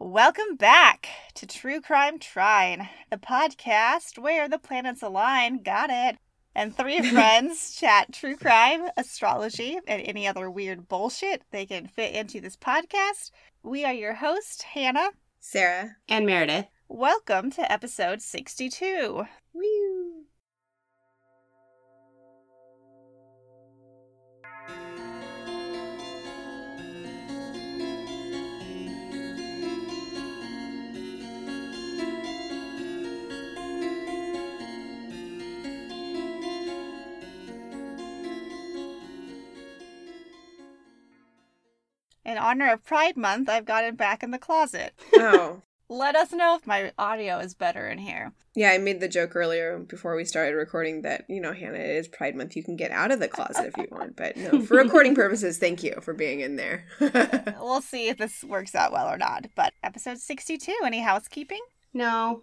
Welcome back to True Crime Trine, the podcast where the planets align, got it, and three friends chat true crime, astrology, and any other weird bullshit they can fit into this podcast. We are your host, Hannah. Sarah. And Meredith. Welcome to episode 62. Woo. In honor of Pride Month, I've gotten back in the closet. Oh. Let us know if my audio is better in here. Yeah, I made the joke earlier before we started recording that, you know, Hannah, it is Pride Month. You can get out of the closet if you want. But no, for recording purposes, thank you for being in there. We'll see if this works out well or not. But episode 62, any housekeeping? No.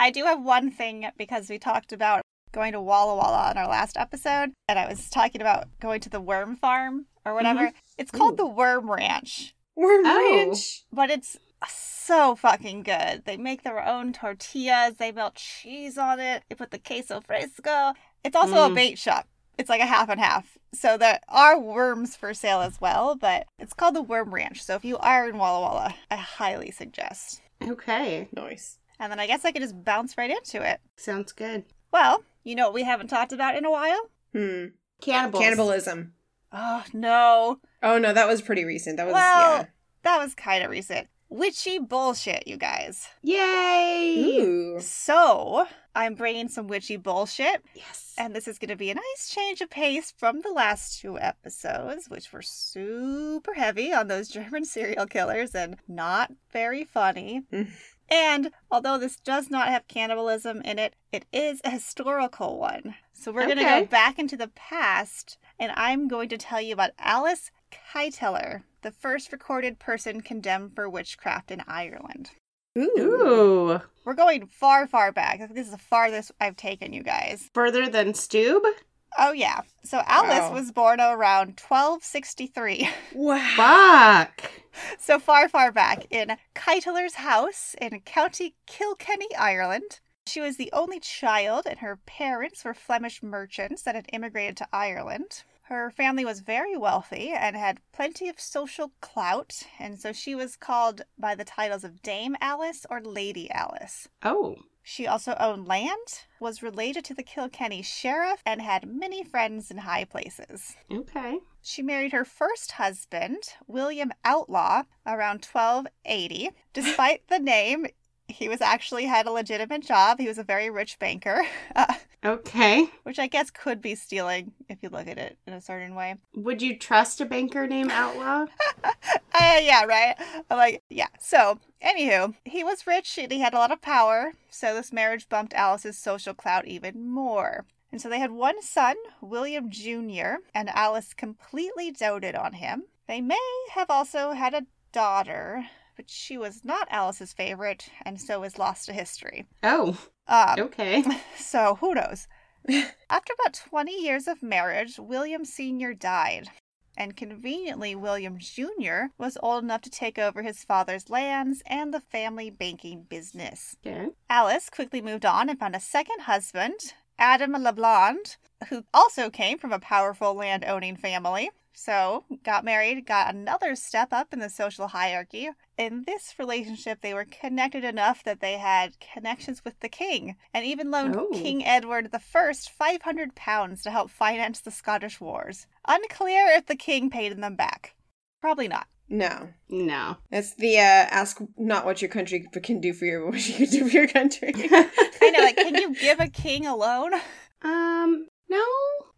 I do have one thing because we talked about going to Walla Walla on our last episode, and I was talking about going to the worm farm or whatever. It's called Ooh. the Worm Ranch, Worm Oh. Ranch. but it's so fucking good. They make their own tortillas, they melt cheese on it, they put the queso fresco. It's also a Mm. bait shop. It's like a half and half. So there are worms for sale as well, but it's called the Worm Ranch. So if you are in Walla Walla, I highly suggest. Okay. Nice. And then I guess I could just bounce right into it. Sounds good. Well, you know what we haven't talked about in a while? Hmm. Cannibals. Cannibalism. Oh, no. Oh, no, that was pretty recent. That was, Well- That was kind of recent. Witchy bullshit, you guys. yeah. Yay! Ooh. So, I'm bringing some witchy bullshit, Yes. and this is going to be a nice change of pace from the last two episodes, which were super heavy on those German serial killers and not very funny. Mm. and although this does not have cannibalism in it, it is a historical one. So, we're going to Okay. go back into the past, and I'm going to tell you about Alice Keiteler, the first recorded person condemned for witchcraft in Ireland. Ooh. Ooh. We're going far, far back. I think This is the farthest I've taken you guys. Further than Stube? Oh, yeah. So Alice Wow. was born around 1263. Wow. Fuck. so far, far back in Keiteler's house in County Kilkenny, Ireland. She was the only child, and her parents were Flemish merchants that had immigrated to Ireland. Her family was very wealthy and had plenty of social clout, and so she was called by the titles of Dame Alice or Lady Alice. Oh. She also owned land, was related to the Kilkenny sheriff, and had many friends in high places. Okay. She married her first husband, William Outlaw, around 1280. Despite the name, he was actually had a legitimate job. He was a very rich banker, uh, Okay. which I guess could be stealing if you look at it in a certain way. Would you trust a banker named Outlaw? Uh, yeah, right. I'm like, yeah. So, anywho, he was rich and he had a lot of power, so this marriage bumped Alice's social clout even more. And so they had one son, William Jr., and Alice completely doted on him. They may have also had a daughter, but she was not Alice's favorite and so was lost to history. Oh. Um, Okay. so who knows? After about 20 years of marriage, William Sr. died. And conveniently, William Jr. was old enough to take over his father's lands and the family banking business. Okay. Alice quickly moved on and found a second husband, Adam LeBlond, who also came from a powerful land owning family. So, got married, got another step up in the social hierarchy. In this relationship, they were connected enough that they had connections with the king and even loaned Oh. King Edward I 500 pounds to help finance the Scottish wars. Unclear if the king paid them back. Probably not. No. No. That's the uh, ask not what your country can do for you, but what you can do for your country. I I know, like, can you give a king a loan? Um, no.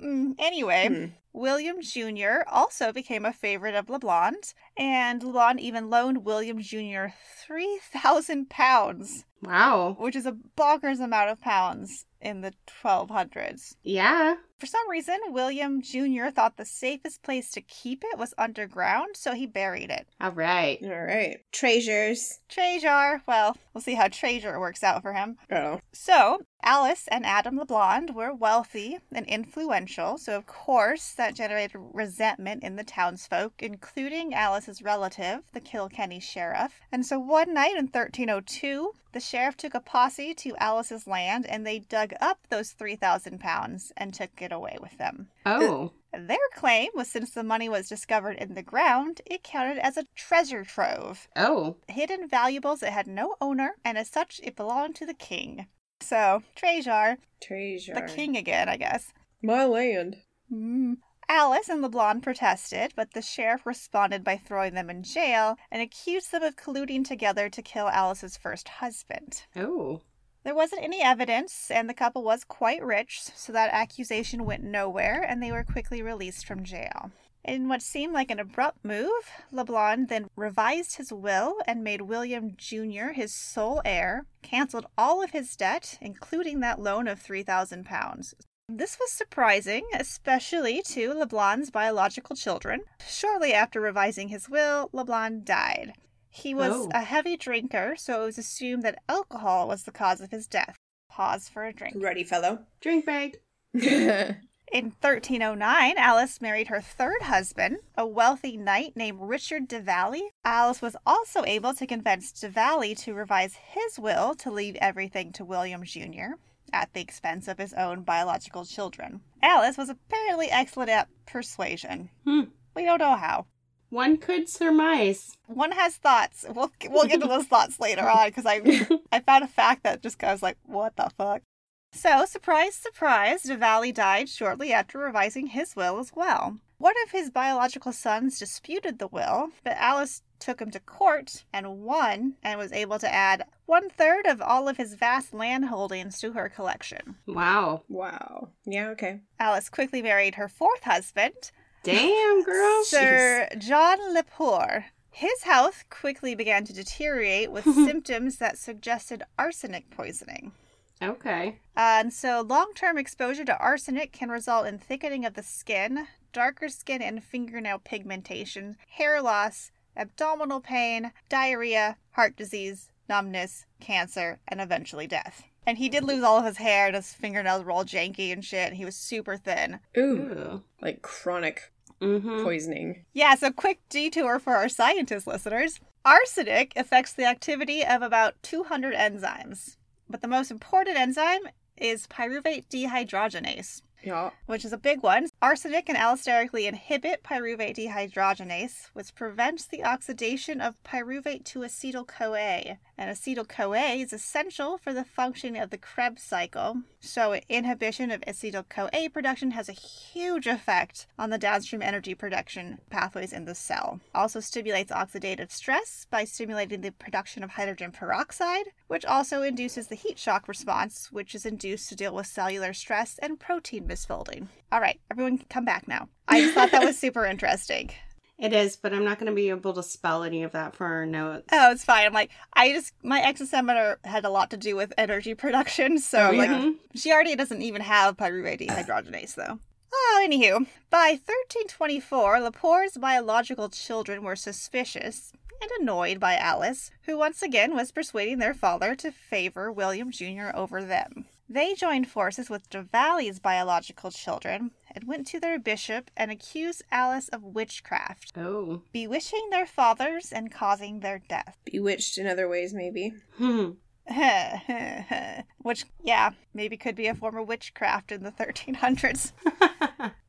Mm, anyway. William Jr. also became a favorite of LeBlond, and LeBlond even loaned William Jr. 3,000 pounds, Wow. which is a bonkers amount of pounds in the 1200s. Yeah. For some reason, William Jr. thought the safest place to keep it was underground, so he buried it. All right. All right. Treasures. Treasure, well, we'll see how treasure works out for him. Oh. So, Alice and Adam the Blonde were wealthy and influential, so of course that generated resentment in the townsfolk, including Alice's relative, the Kilkenny sheriff. And so one night in 1302, the sheriff took a posse to Alice's land and they dug up those 3,000 pounds and took it away with them. Oh. Their claim was since the money was discovered in the ground, it counted as a treasure trove Oh. hidden valuables that had no owner, and as such, it belonged to the king. So, Trejar, Treasure. the king again, I guess. My land. Mm. Alice and LeBlanc protested, but the sheriff responded by throwing them in jail and accused them of colluding together to kill Alice's first husband. Oh. There wasn't any evidence, and the couple was quite rich, so that accusation went nowhere, and they were quickly released from jail. In what seemed like an abrupt move, LeBlanc then revised his will and made William Jr. his sole heir, canceled all of his debt, including that loan of £3,000. This was surprising, especially to LeBlanc's biological children. Shortly after revising his will, LeBlanc died. He was Oh. a heavy drinker, so it was assumed that alcohol was the cause of his death. Pause for a drink. Ready, fellow. Drink bag. In 1309, Alice married her third husband, a wealthy knight named Richard de Valley. Alice was also able to convince de Valley to revise his will to leave everything to William Jr. at the expense of his own biological children. Alice was apparently excellent at persuasion. Hmm. We don't know how. One could surmise. One has thoughts. We'll we'll get to those thoughts later on because I I found a fact that just I was like, what the fuck? So, surprise, surprise, Diwali died shortly after revising his will as well. One of his biological sons disputed the will, but Alice took him to court and won and was able to add one third of all of his vast land holdings to her collection. wow. wow. Yeah, okay. Alice quickly married her fourth husband, Damn, girl. Sir John Lepore. His health quickly began to deteriorate with symptoms that suggested arsenic poisoning. Uh, Okay. And so, long term exposure to arsenic can result in thickening of the skin, darker skin and fingernail pigmentation, hair loss, abdominal pain, diarrhea, heart disease, numbness, cancer, and eventually death. And he did lose all of his hair, and his fingernails were all janky and shit, and he was super thin. Ooh. Ooh. Like chronic Mm-hmm. poisoning. Yeah, so quick detour for our scientist listeners. Arsenic affects the activity of about 200 enzymes, but the most important enzyme is pyruvate dehydrogenase. Yeah. which is a big one. Arsenic can allosterically inhibit pyruvate dehydrogenase, which prevents the oxidation of pyruvate to acetyl CoA. And acetyl CoA is essential for the functioning of the Krebs cycle. So, inhibition of acetyl CoA production has a huge effect on the downstream energy production pathways in the cell. Also, stimulates oxidative stress by stimulating the production of hydrogen peroxide, which also induces the heat shock response, which is induced to deal with cellular stress and protein misfolding. All right, everyone come back now. I just thought that was super interesting. It is, but I'm not going to be able to spell any of that for our notes. Oh, it's fine. I'm like, I just, my exosometer had a lot to do with energy production, so Oh, I'm like, yeah. Mhm. She already doesn't even have pyruvate dehydrogenase, though. Oh, anywho, by 1324, Lepore's biological children were suspicious and annoyed by Alice, who once again was persuading their father to favor William Jr. over them. They joined forces with Duvally's biological children and went to their bishop and accused Alice of witchcraft, Oh. bewitching their fathers and causing their death. Bewitched in other ways, maybe. Hmm. Which, yeah, maybe could be a form of witchcraft in the 1300s.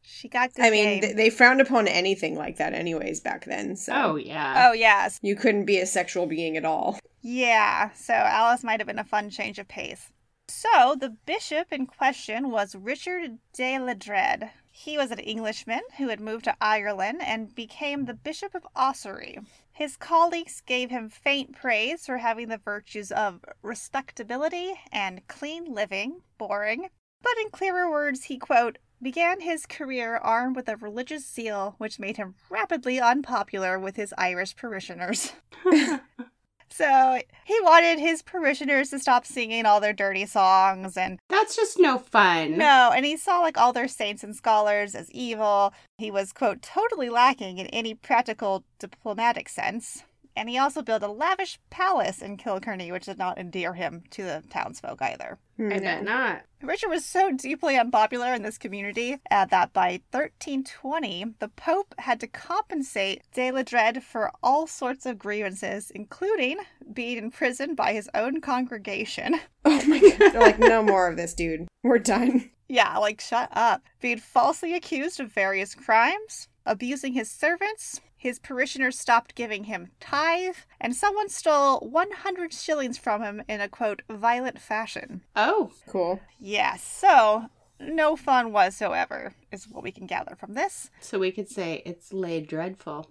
She got good I mean, game. th- they frowned upon anything like that, anyways, back then. So oh yeah. oh, yeah. you couldn't be a sexual being at all. Yeah, so Alice might have been a fun change of pace. So, the bishop in question was Richard de Ledred. He was an Englishman who had moved to Ireland and became the Bishop of Ossory. His colleagues gave him faint praise for having the virtues of respectability and clean living, boring, but in clearer words, he, quote, began his career armed with a religious zeal which made him rapidly unpopular with his Irish parishioners. So he wanted his parishioners to stop singing all their dirty songs and That's just no fun. no, and he saw like all their saints and scholars as evil. He was, quote, totally lacking in any practical diplomatic sense. And he also built a lavish palace in Kilkenny, which did not endear him to the townsfolk either. Hmm. I bet not. Richard was so deeply unpopular in this community uh, that by 1320, the Pope had to compensate de la Dred for all sorts of grievances, including being imprisoned by his own congregation. Oh my god. They're like, no more of this, dude. We're done. Yeah, like, shut up. Being falsely accused of various crimes, abusing his servants, his parishioners stopped giving him tithe, and someone stole 100 shillings from him in a quote, violent fashion. Oh, Cool. Yeah, so no fun whatsoever is what we can gather from this. so we could say it's laid dreadful.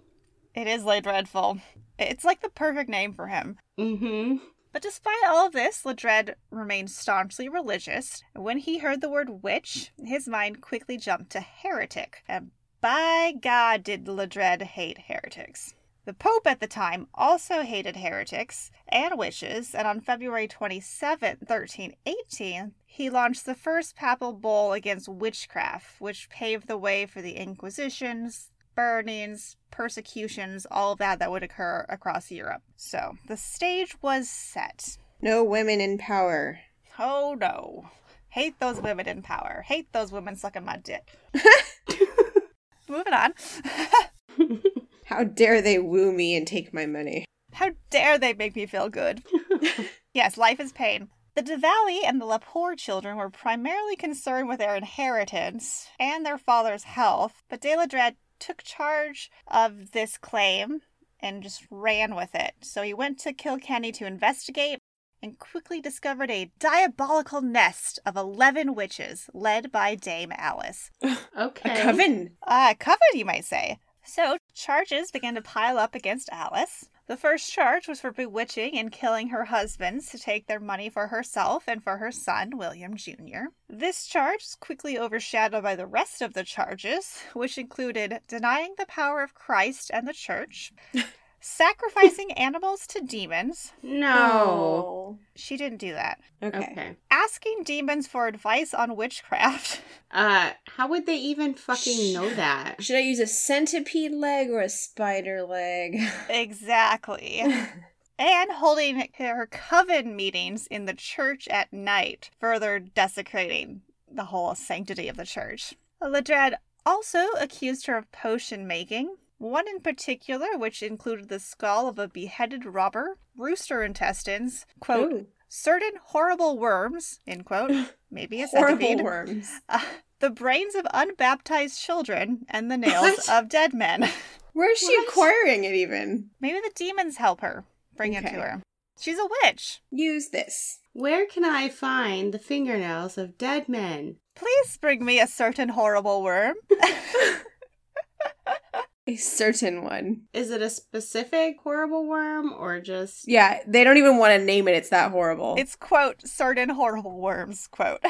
It is Lay Dreadful. It's like the perfect name for him. Mm-hmm. But despite all of this, Ledred remained staunchly religious. When he heard the word witch, his mind quickly jumped to heretic. And by God, did Ledred hate heretics. The Pope at the time also hated heretics and witches, and on February 27, 1318, he launched the first papal bull against witchcraft, which paved the way for the Inquisitions, burnings, persecutions, all of that that would occur across Europe. So the stage was set. No women in power. Oh no. Hate those women in power. Hate those women sucking my dick. Moving on. How dare they woo me and take my money? How dare they make me feel good? yes, life is pain. The Diwali and the Lapore children were primarily concerned with their inheritance and their father's health, but De La Dred took charge of this claim and just ran with it. So he went to Kilkenny to investigate and quickly discovered a diabolical nest of 11 witches led by Dame Alice. Okay. A coven. Uh, covered, you might say. So charges began to pile up against Alice. The first charge was for bewitching and killing her husbands to take their money for herself and for her son, William Jr. This charge was quickly overshadowed by the rest of the charges, which included denying the power of Christ and the church, sacrificing animals to demons. No. She didn't do that. Oh. Okay. Okay. Asking demons for advice on witchcraft. Uh, how would they even fucking Sh- know that? Should I use a centipede leg or a spider leg? exactly. and holding her coven meetings in the church at night, further desecrating the whole sanctity of the church. Ledred also accused her of potion making, one in particular, which included the skull of a beheaded robber, rooster intestines, quote, Ooh, certain horrible worms, end quote, maybe a horrible centipede, worms. uh, the brains of unbaptized children, and the nails What? of dead men. Where is she What? acquiring it even? Maybe the demons help her bring it Okay. to her. She's a witch. Use this. Where can I find the fingernails of dead men? Please bring me a certain horrible worm. A certain one. Is it a specific horrible worm or just Yeah, they don't even want to name it. It's that horrible. It's quote certain horrible worms quote.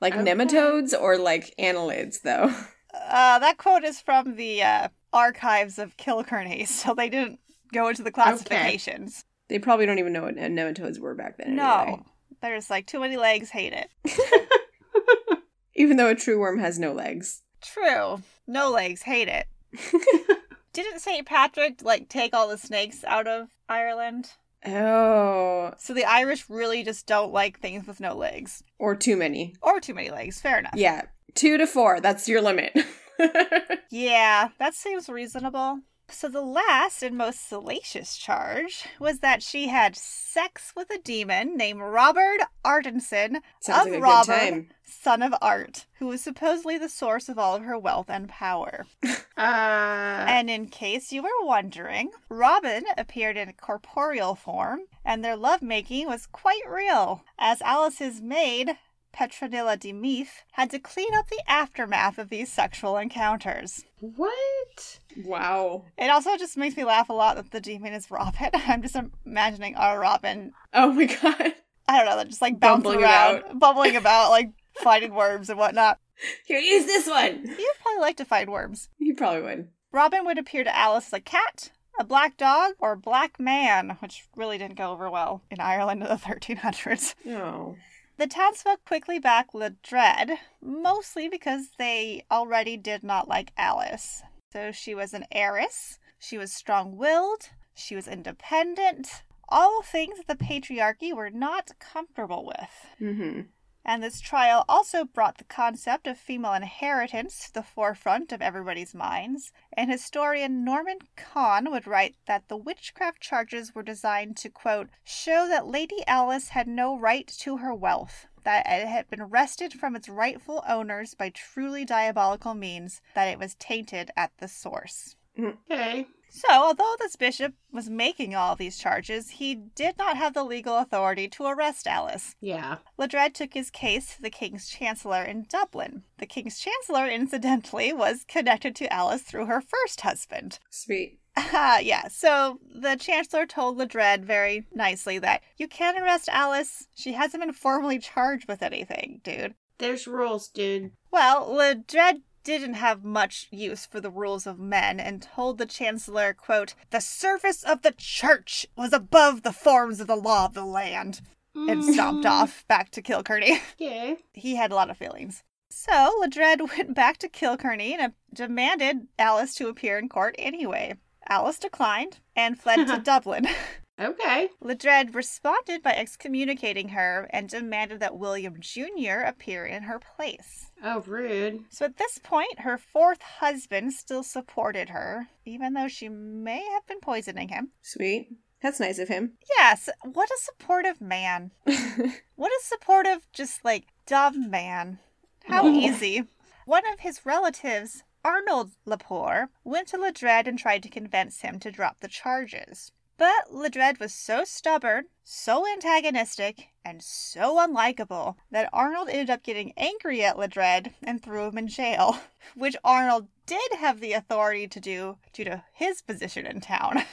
like Okay. nematodes or like annelids, though. Uh, that quote is from the uh, archives of Kilkenny, so they didn't go into the classifications. They probably don't even know what nematodes were back then. No, anyway. they're just like too many legs. Hate it. Even though a true worm has no legs. True, no legs. Hate it. Didn't Saint Patrick like take all the snakes out of Ireland? Oh, So the Irish really just don't like things with no legs or too many. or too many legs. Fair enough. Yeah, two to four. That's your limit. Yeah, that seems reasonable. So the last and most salacious charge was that she had sex with a demon named Robert Artinson, Sounds Of like a Robert. good time. son of Art, who was supposedly the source of all of her wealth and power. Eh. uh And in case you were wondering, Robin appeared in corporeal form, and their lovemaking was quite real, as Alice's maid, Petronilla de Meath, had to clean up the aftermath of these sexual encounters. what? Wow. It also just makes me laugh a lot that the demon is Robin. I'm just imagining our Robin. Oh my god. I don't know, just like bouncing Bumbling around, bumbling about, like finding worms and whatnot. Here, use this one. You'd probably like to find worms. You probably would. Robin would appear to Alice as a cat, a black dog, or black man, which really didn't go over well in Ireland in the 1300s. Oh. The townsfolk quickly backed Ledred, mostly because they already did not like Alice. So she was an heiress, she was strong willed, she was independent, all things the patriarchy were not comfortable with. Mm-hmm. And this trial also brought the concept of female inheritance to the forefront of everybody's minds. And historian Norman Kahn would write that the witchcraft charges were designed to, quote, show that Lady Alice had no right to her wealth, that it had been wrested from its rightful owners by truly diabolical means, that it was tainted at the source. Okay. So, although this bishop was making all these charges, he did not have the legal authority to arrest Alice. Yeah. Ledred took his case to the King's Chancellor in Dublin. The King's Chancellor, incidentally, was connected to Alice through her first husband. Sweet. Ah, yeah, so the Chancellor told Ledred very nicely that you can't arrest Alice. She hasn't been formally charged with anything, dude. There's rules, dude. Well, Ledred didn't have much use for the rules of men and told the Chancellor, quote, the service of the church was above the forms of the law of the land, and stomped Mhm. off back to Kilkenny Okay. he had a lot of feelings. So Ledred went back to Kilkenny and uh, demanded Alice to appear in court anyway. Alice declined and fled to Dublin. Okay. Ledred responded by excommunicating her and demanded that William Jr. appear in her place. Oh, rude. So at this point, her fourth husband still supported her, even though she may have been poisoning him. Sweet. That's nice of him. Yes, what a supportive man. What a supportive, just like dumb man. How Aw. easy. One of his relatives, Arnold Lepore, went to Ledred and tried to convince him to drop the charges. But Ledred was so stubborn, so antagonistic, and so unlikable that Arnold ended up getting angry at Ledred and threw him in jail, which Arnold did have the authority to do due to his position in town.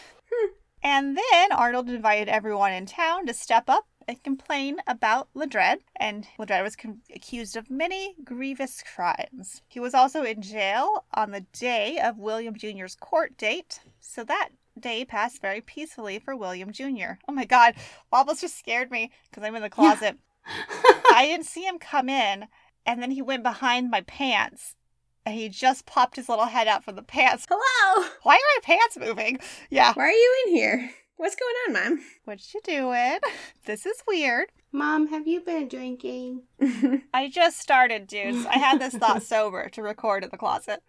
And then Arnold invited everyone in town to step up and complain about Ledred, and Ledred was con- accused of many grievous crimes. He was also in jail on the day of William Jr.'s court date, so that day passed very peacefully for William Jr. Oh my god, Wobbles just scared me because I'm in the closet. I didn't see him come in, and then he went behind my pants, and he just popped his little head out from the pants. Hello. Why are my pants moving? Yeah. Why are you in here? What's going on, What you doing? This is weird. Mom, have you been drinking? Mom? I just started, dudes. I had this thought sober to record in the closet.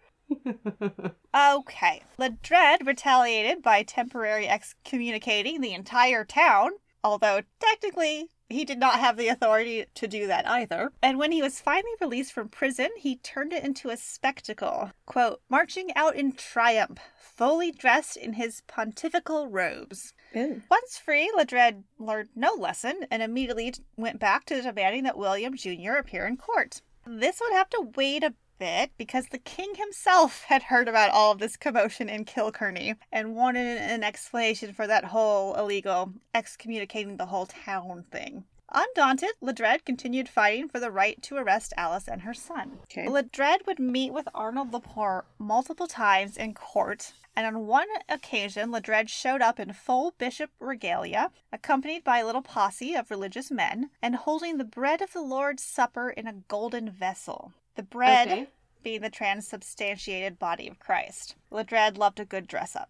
Okay. Ledred retaliated by temporarily excommunicating the entire town, although technically he did not have the authority to do that either. And when he was finally released from prison, he turned it into a spectacle. Quote, marching out in triumph, fully dressed in his pontifical robes. Ooh. Once free, Ledred learned no lesson and immediately went back to demanding that William Jr. appear in court. This would have to wait a bit because the king himself had heard about all of this commotion in Kilkenny and wanted an explanation for that whole illegal excommunicating the whole town thing. Undaunted, Ledred continued fighting for the right to arrest Alice and her son. Okay. Ledred would meet with Arnold Lepore multiple times in court, and on one occasion, Ledred showed up in full bishop regalia, accompanied by a little posse of religious men, and holding the bread of the Lord's Supper in a golden vessel. The bread Okay. being the transubstantiated body of Christ. Ledred loved a good dress up.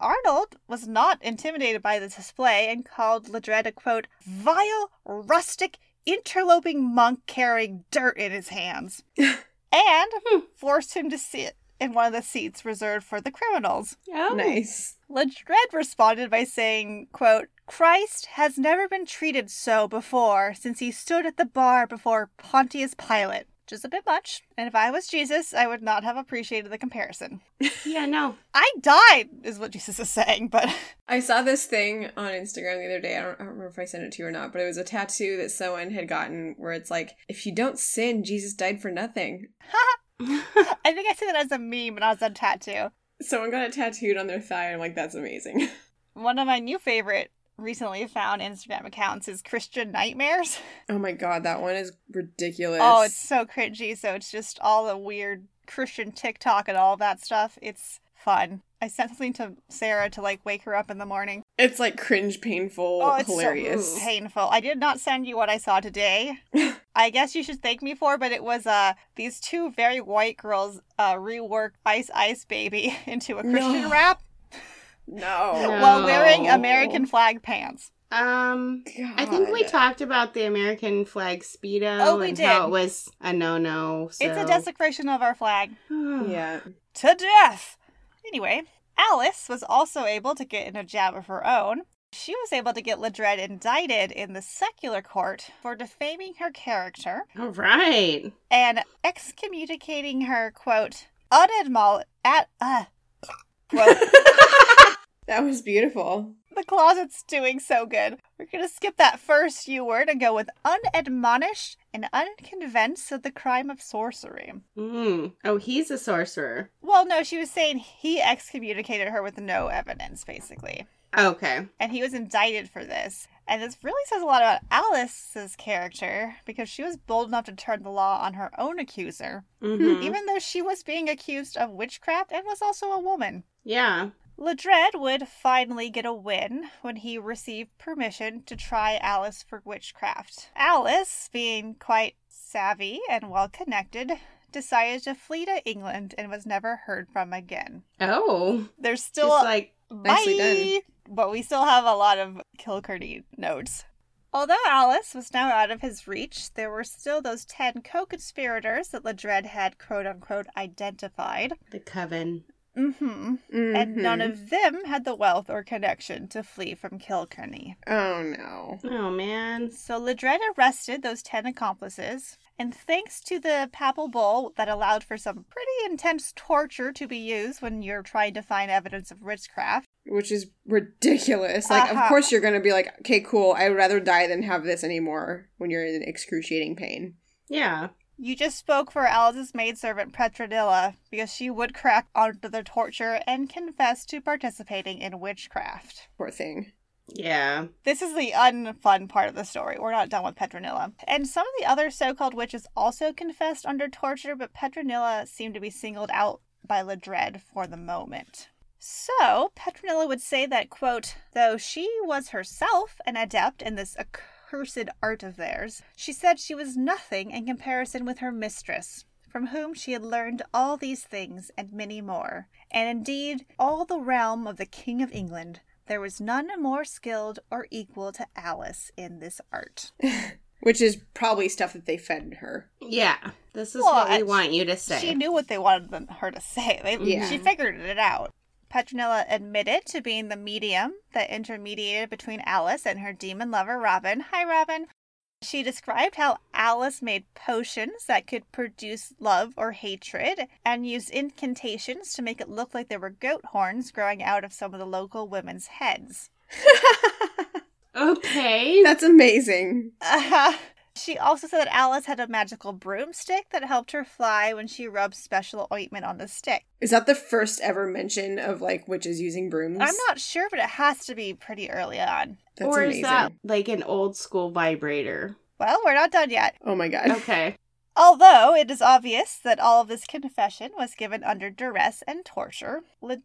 Arnold was not intimidated by the display and called Ledred a quote, vile, rustic, interloping monk carrying dirt in his hands, and forced him to sit in one of the seats reserved for the criminals. Oh. Nice. Ledred responded by saying, quote, Christ has never been treated so before since he stood at the bar before Pontius Pilate, which is a bit much, and if I was Jesus, I would not have appreciated the comparison. Yeah, no. I died, is what Jesus is saying, but I saw this thing on Instagram the other day. I don't, I don't remember if I sent it to you or not, but it was a tattoo that someone had gotten where it's like, if you don't sin, Jesus died for nothing. I think I see that as a meme and I was on tattoo. Someone got it tattooed on their thigh, and I'm like, that's amazing. One of my new favorite recently found Instagram accounts is Christian Nightmares. Oh my god, that one is ridiculous. Oh, it's so cringy. So it's just all the weird Christian TikTok and all that stuff. It's fun. I sent something to Sarah to like wake her up in the morning. It's like cringe, painful, Oh, it's so- hilarious. Painful. I did not send you what I saw today. I guess you should thank me for, but it was uh these two very white girls uh reworked Ice Ice Baby into a Christian No. rap no. while wearing No. American flag pants. Um, I think we God. talked about the American flag speedo. Oh, we and How did. it was a no-no. So. It's a desecration of our flag. Yeah. to death. Anyway, Alice was also able to get in a jab of her own. She was able to get Ledred indicted in the secular court for defaming her character All right. and excommunicating her, quote, unadmol at uh, quote, That was beautiful. the closet's doing so good. We're gonna skip that first U word and go with unadmonished and unconvinced of the crime of sorcery. Mm. Oh, he's a sorcerer. Well, no, she was saying he excommunicated her with no evidence, basically. Okay. and he was indicted for this. And this really says a lot about Alice's character because she was bold enough to turn the law on her own accuser, Mhm. even though she was being accused of witchcraft and was also a woman. Yeah. Ledred would finally get a win when he received permission to try Alice for witchcraft. Alice, being quite savvy and well connected, decided to flee to England and was never heard from again. Oh. There's still Just like Nicely Bye. But we still have a lot of Kilkerty notes. Although Alice was now out of his reach, there were still those ten co-conspirators that Ledred had quote unquote identified. the coven. Mm-hmm. And none of them had the wealth or connection to flee from Kilkenny. Oh no. Oh man. So Ledred arrested those ten accomplices, and thanks to the papal bull that allowed for some pretty intense torture to be used when you're trying to find evidence of witchcraft. Which is ridiculous. Like, Uh-huh. of course you're gonna be like, okay, cool. I'd rather die than have this anymore. When you're in excruciating pain. Yeah. You just spoke for Alice's maidservant Petronilla because she would crack under the torture and confess to participating in witchcraft. Poor thing. Yeah. This is the unfun part of the story. We're not done with Petronilla. And some of the other so called witches also confessed under torture, but Petronilla seemed to be singled out by Ledred for the moment. So, Petronilla would say that, quote, though she was herself an adept in this accursed art of theirs, she said she was nothing in comparison with her mistress, from whom she had learned all these things and many more. And indeed, all the realm of the King of England, there was none more skilled or equal to Alice in this art. Which is probably stuff that they fed her. Yeah. This is Well, what we I- want you to say. She knew what they wanted them- her to say. They, Yeah. She figured it out. Petronilla admitted to being the medium that intermediated between Alice and her demon lover, Robin. Hi, Robin. She described how Alice made potions that could produce love or hatred and used incantations to make it look like there were goat horns growing out of some of the local women's heads. okay. That's amazing. Uh, she also said that Alice had a magical broomstick that helped her fly when she rubbed special ointment on the stick. Is that the first ever mention of like witches using brooms? I'm not sure, but it has to be pretty early on. That's or amazing. is that like an old school vibrator? Well, we're not done yet. Oh my god. Okay. Although it is obvious that all of this confession was given under duress and torture, Ledred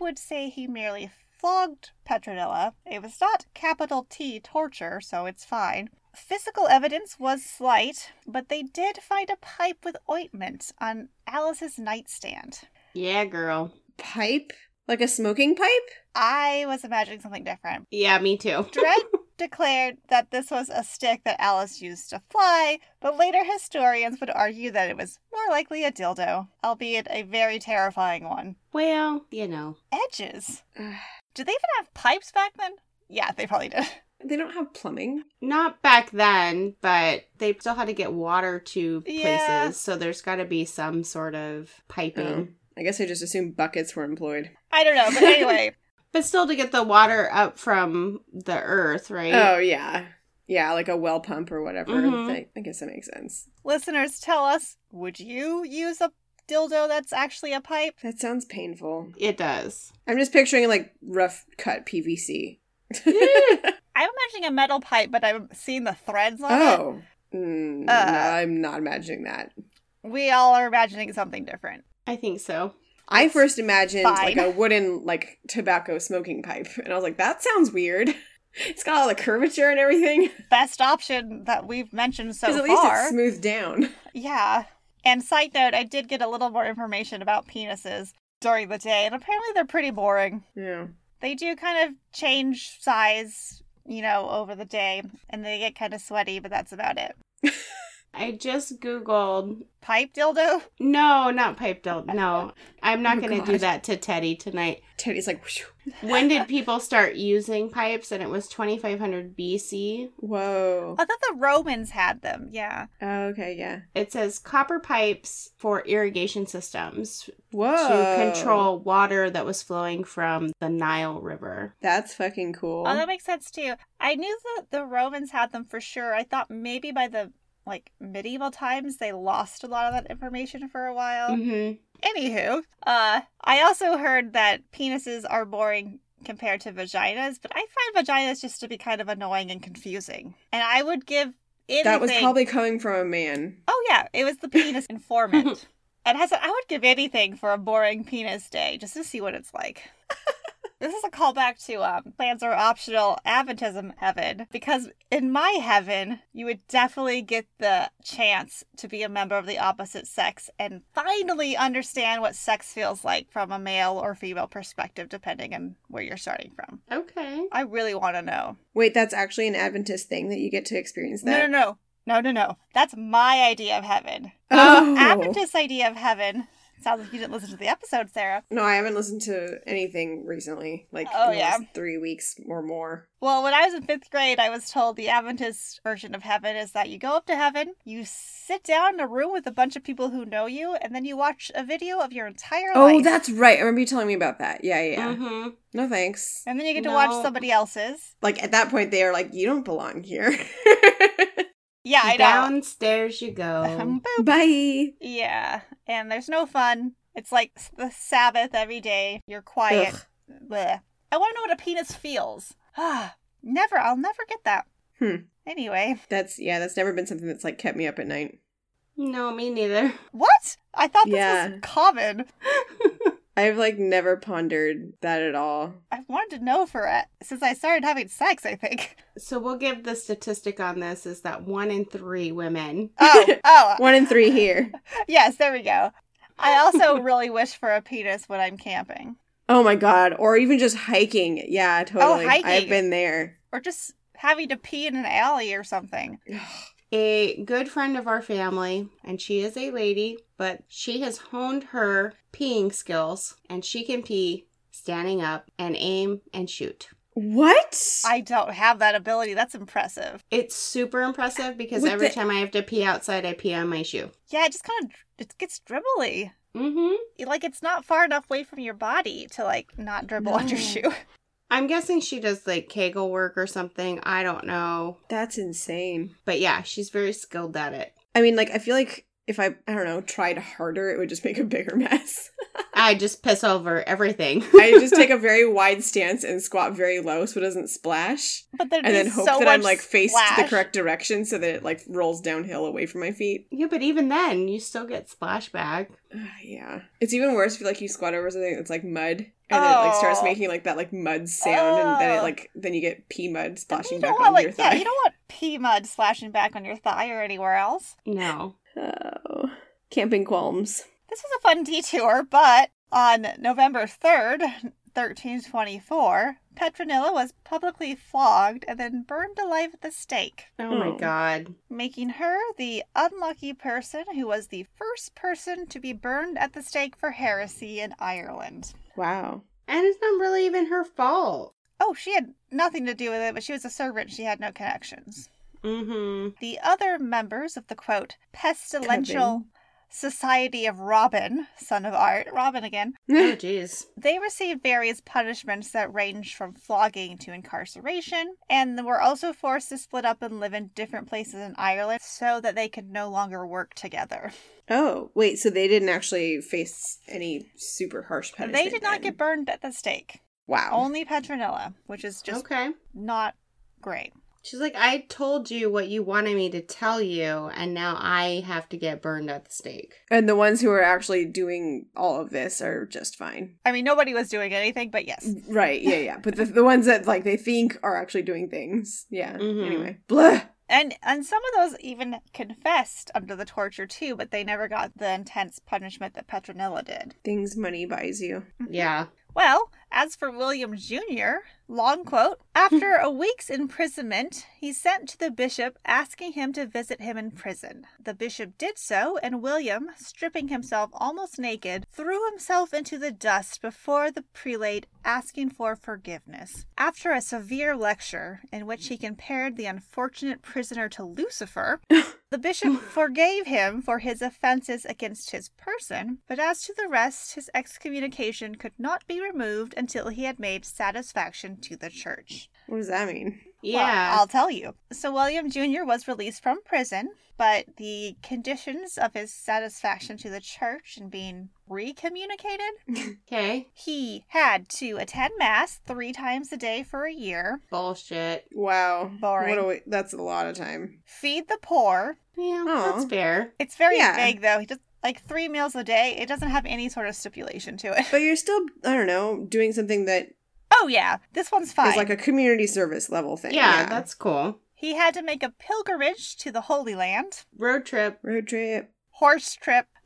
would say he merely flogged Petronilla. It was not capital T torture, so it's fine. Physical evidence was slight, but they did find a pipe with ointment on Alice's nightstand. Yeah, girl. Pipe? Like a smoking pipe? I was imagining something different. Yeah, me too. Dredd declared that this was a stick that Alice used to fly, but later historians would argue that it was more likely a dildo, albeit a very terrifying one. Well, you know. Edges. Ugh. Did they even have pipes back then? Yeah, they probably did. They don't have plumbing. Not back then, but they still had to get water to places, Yeah. so there's got to be some sort of piping. Mm-hmm. Oh. I guess I just assumed buckets were employed. I don't know, but anyway, But still to get the water up from the earth, right? Oh yeah. Yeah, like a well pump or whatever. Mhm. Mm-hmm. Like- I guess that makes sense. listeners tell us would you use a dildo that's actually a pipe? That sounds painful. It does. I'm just picturing like rough cut PVC. I'm imagining a metal pipe, but I'm seeing the threads on it. oh. Mm, no, Uh. I'm not imagining that. We all are imagining something different. I think so. I It's first imagined like fine. a wooden like tobacco smoking pipe, and I was like, that sounds weird. It's got all the curvature and everything. Best option that we've mentioned so Because at least far. it's smoothed down. Yeah. And side note, I did get a little more information about penises during the day, and apparently they're pretty boring. Yeah. They do kind of change size, you know, over the day, and they get kind of sweaty, but that's about it. I just Googled. Pipe dildo? No, not pipe dildo. No, I'm not Oh, going to do God. that to Teddy tonight. Teddy's like, "Whew, When did people start using pipes? And it was 2500 BC. whoa. I thought the Romans had them, yeah. Oh, okay, yeah. It says copper pipes for irrigation systems Whoa. Oh. to control water that was flowing from the Nile River. That's fucking cool. Oh, that makes sense too. I knew that the Romans had them for sure. I thought maybe by the like medieval times they lost a lot of that information for a while. hmm Anywho, uh, I also heard that penises are boring compared to vaginas, but I find vaginas just to be kind of annoying and confusing. And I would give anything. That was probably coming from a man. Oh yeah, it was the penis informant. and has I would give anything for a boring penis day just to see what it's like. This is a callback to um, plans are optional Adventism heaven because in my heaven you would definitely get the chance to be a member of the opposite sex and finally understand what sex feels like from a male or female perspective depending on where you're starting from. Okay. I really want to know. Wait, that's actually an Adventist thing that you get to experience No, no, that. no, no, no, no. That's my idea of heaven. Oh. Adventist idea of heaven. Sounds like you didn't listen to the episode, Sarah. No, I haven't listened to anything recently. Like Oh, in the yeah. last three weeks or more. Well, when I was in fifth grade, I was told the Adventist version of heaven is that you go up to heaven, you sit down in a room with a bunch of people who know you, and then you watch a video of your entire Oh, life. Mm-hmm. that's right. I remember you telling me about that. Yeah, yeah. yeah. hmm No thanks. And then you get to No. watch somebody else's. Like at that point, they are like, "You don't belong here." Yeah, I know. Downstairs you Um, go. boop. Bye. Yeah, and there's no fun. It's like s- the Sabbath every day. You're quiet. Ugh. Bleh. I want to know what a penis feels. Ah, never. I'll never get that. Hmm. Anyway, That's yeah. That's never been something that's like kept me up at night. no, me neither. what? I thought this Yeah. was common. I've like never pondered that at all. I've wanted to know for it since I started having sex. I think. So we'll give the statistic on this is that one in three women. Oh, oh, One in three here. yes. There we go. I also really wish for a penis when I'm camping Oh my god. Or even just hiking. Yeah, totally. Oh, hiking. I've been there. or just having to pee in an alley or something. A good friend of our family, and she is a lady, but she has honed her peeing skills, and she can pee standing up and aim and shoot. What? I don't have that ability. That's impressive. It's super impressive because With every the- time I have to pee outside, I pee on my shoe. Yeah, it just kind of it gets dribbly. Mm-hmm. Like it's not far enough away from your body to like not dribble on your No. shoe. I'm guessing she does like Kegel work or something. I don't know. That's insane. But yeah, she's very skilled at it. I mean, like, I feel like if I, I don't know, tried harder, it would just make a bigger mess. I just piss over everything. I just take a very wide stance and squat very low so it doesn't splash, But there'd and be then hope so that much I'm like faced the splash. correct direction so that it like rolls downhill away from my feet. yeah, but even then, you still get splashback. Ugh, yeah, it's even worse if like you squat over something that's like mud, and then it like starts Oh. making like that like mud sound, and then it Oh. like then you get pea mud But splashing You back don't on want your like thigh. yeah, you don't want pea mud splashing back on your thigh or anywhere else. No. oh, camping qualms. This was a fun detour, but on November third, thirteen twenty four, Petronilla was publicly flogged and then burned alive at the stake. Oh my Oh. god. making her the unlucky person who was the first person to be burned at the stake for heresy in Ireland. Wow. And it's not really even her fault. Oh, she had nothing to do with it, but she was a servant. She had no connections. Mm-hmm. The other members of the quote, pestilential society of Robin, son of Art, Robin again, Oh jeez. they received various punishments that ranged from flogging to incarceration, and were also forced to split up and live in different places in Ireland so that they could no longer work together. Oh, wait, so they didn't actually face any super harsh punishment. They did not then. get burned at the stake. Wow. Only Petronilla, which is just okay. not great. She's like, I told you what you wanted me to tell you, and now I have to get burned at the stake. And the ones who are actually doing all of this are just fine. I mean, nobody was doing anything, but yes. Right, yeah, yeah. But the, the ones that like they think are actually doing things. Yeah. Mm-hmm. Mhm. Anyway. Blah. And and some of those even confessed under the torture too, but they never got the intense punishment that Petronella did. Things money buys you. Yeah. Well, as for William Jr., long quote, after a week's imprisonment, he sent to the bishop asking him to visit him in prison. The bishop did so, and William, stripping himself almost naked, threw himself into the dust before the prelate asking for forgiveness. After a severe lecture in which he compared the unfortunate prisoner to Lucifer, the bishop forgave him for his offenses against his person, but as to the rest, his excommunication could not be removed until he had made satisfaction to the church. What does that mean? Well, Yeah. I'll tell you. So, William Jr. was released from prison, but the conditions of his satisfaction to the church and being recommunicated, okay. he had to attend Mass three times a day for a year, Bullshit. Wow. Boring. What a wa- that's a lot of time. feed the poor, Yeah, Aw. that's fair. It's very Yeah. vague though. He does like three meals a day. It doesn't have any sort of stipulation to it. But you're still I don't know, doing something that is Oh yeah, this one's fine. like a community service level thing. yeah, that's cool. he had to make a pilgrimage to the Holy Land, Road trip. road trip. horse trip.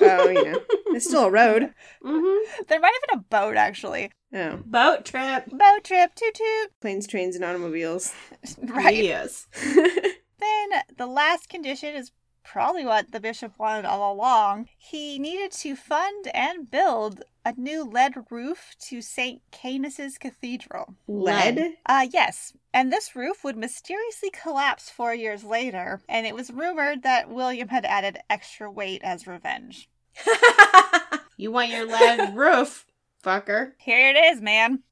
Oh, you know. it's still a road. Mm-hmm. there might have been a boat actually. Oh. Boat trip. Boat trip, toot toot. Planes, trains, and automobiles. Right. Yes. Then the last condition is probably what the bishop wanted all along. He needed to fund and build a new lead roof to St. Canis's Cathedral. Lead? Uh, yes. And this roof would mysteriously collapse four years later, and it was rumored that William had added extra weight as revenge. You want your lead roof, fucker. Here it is, man.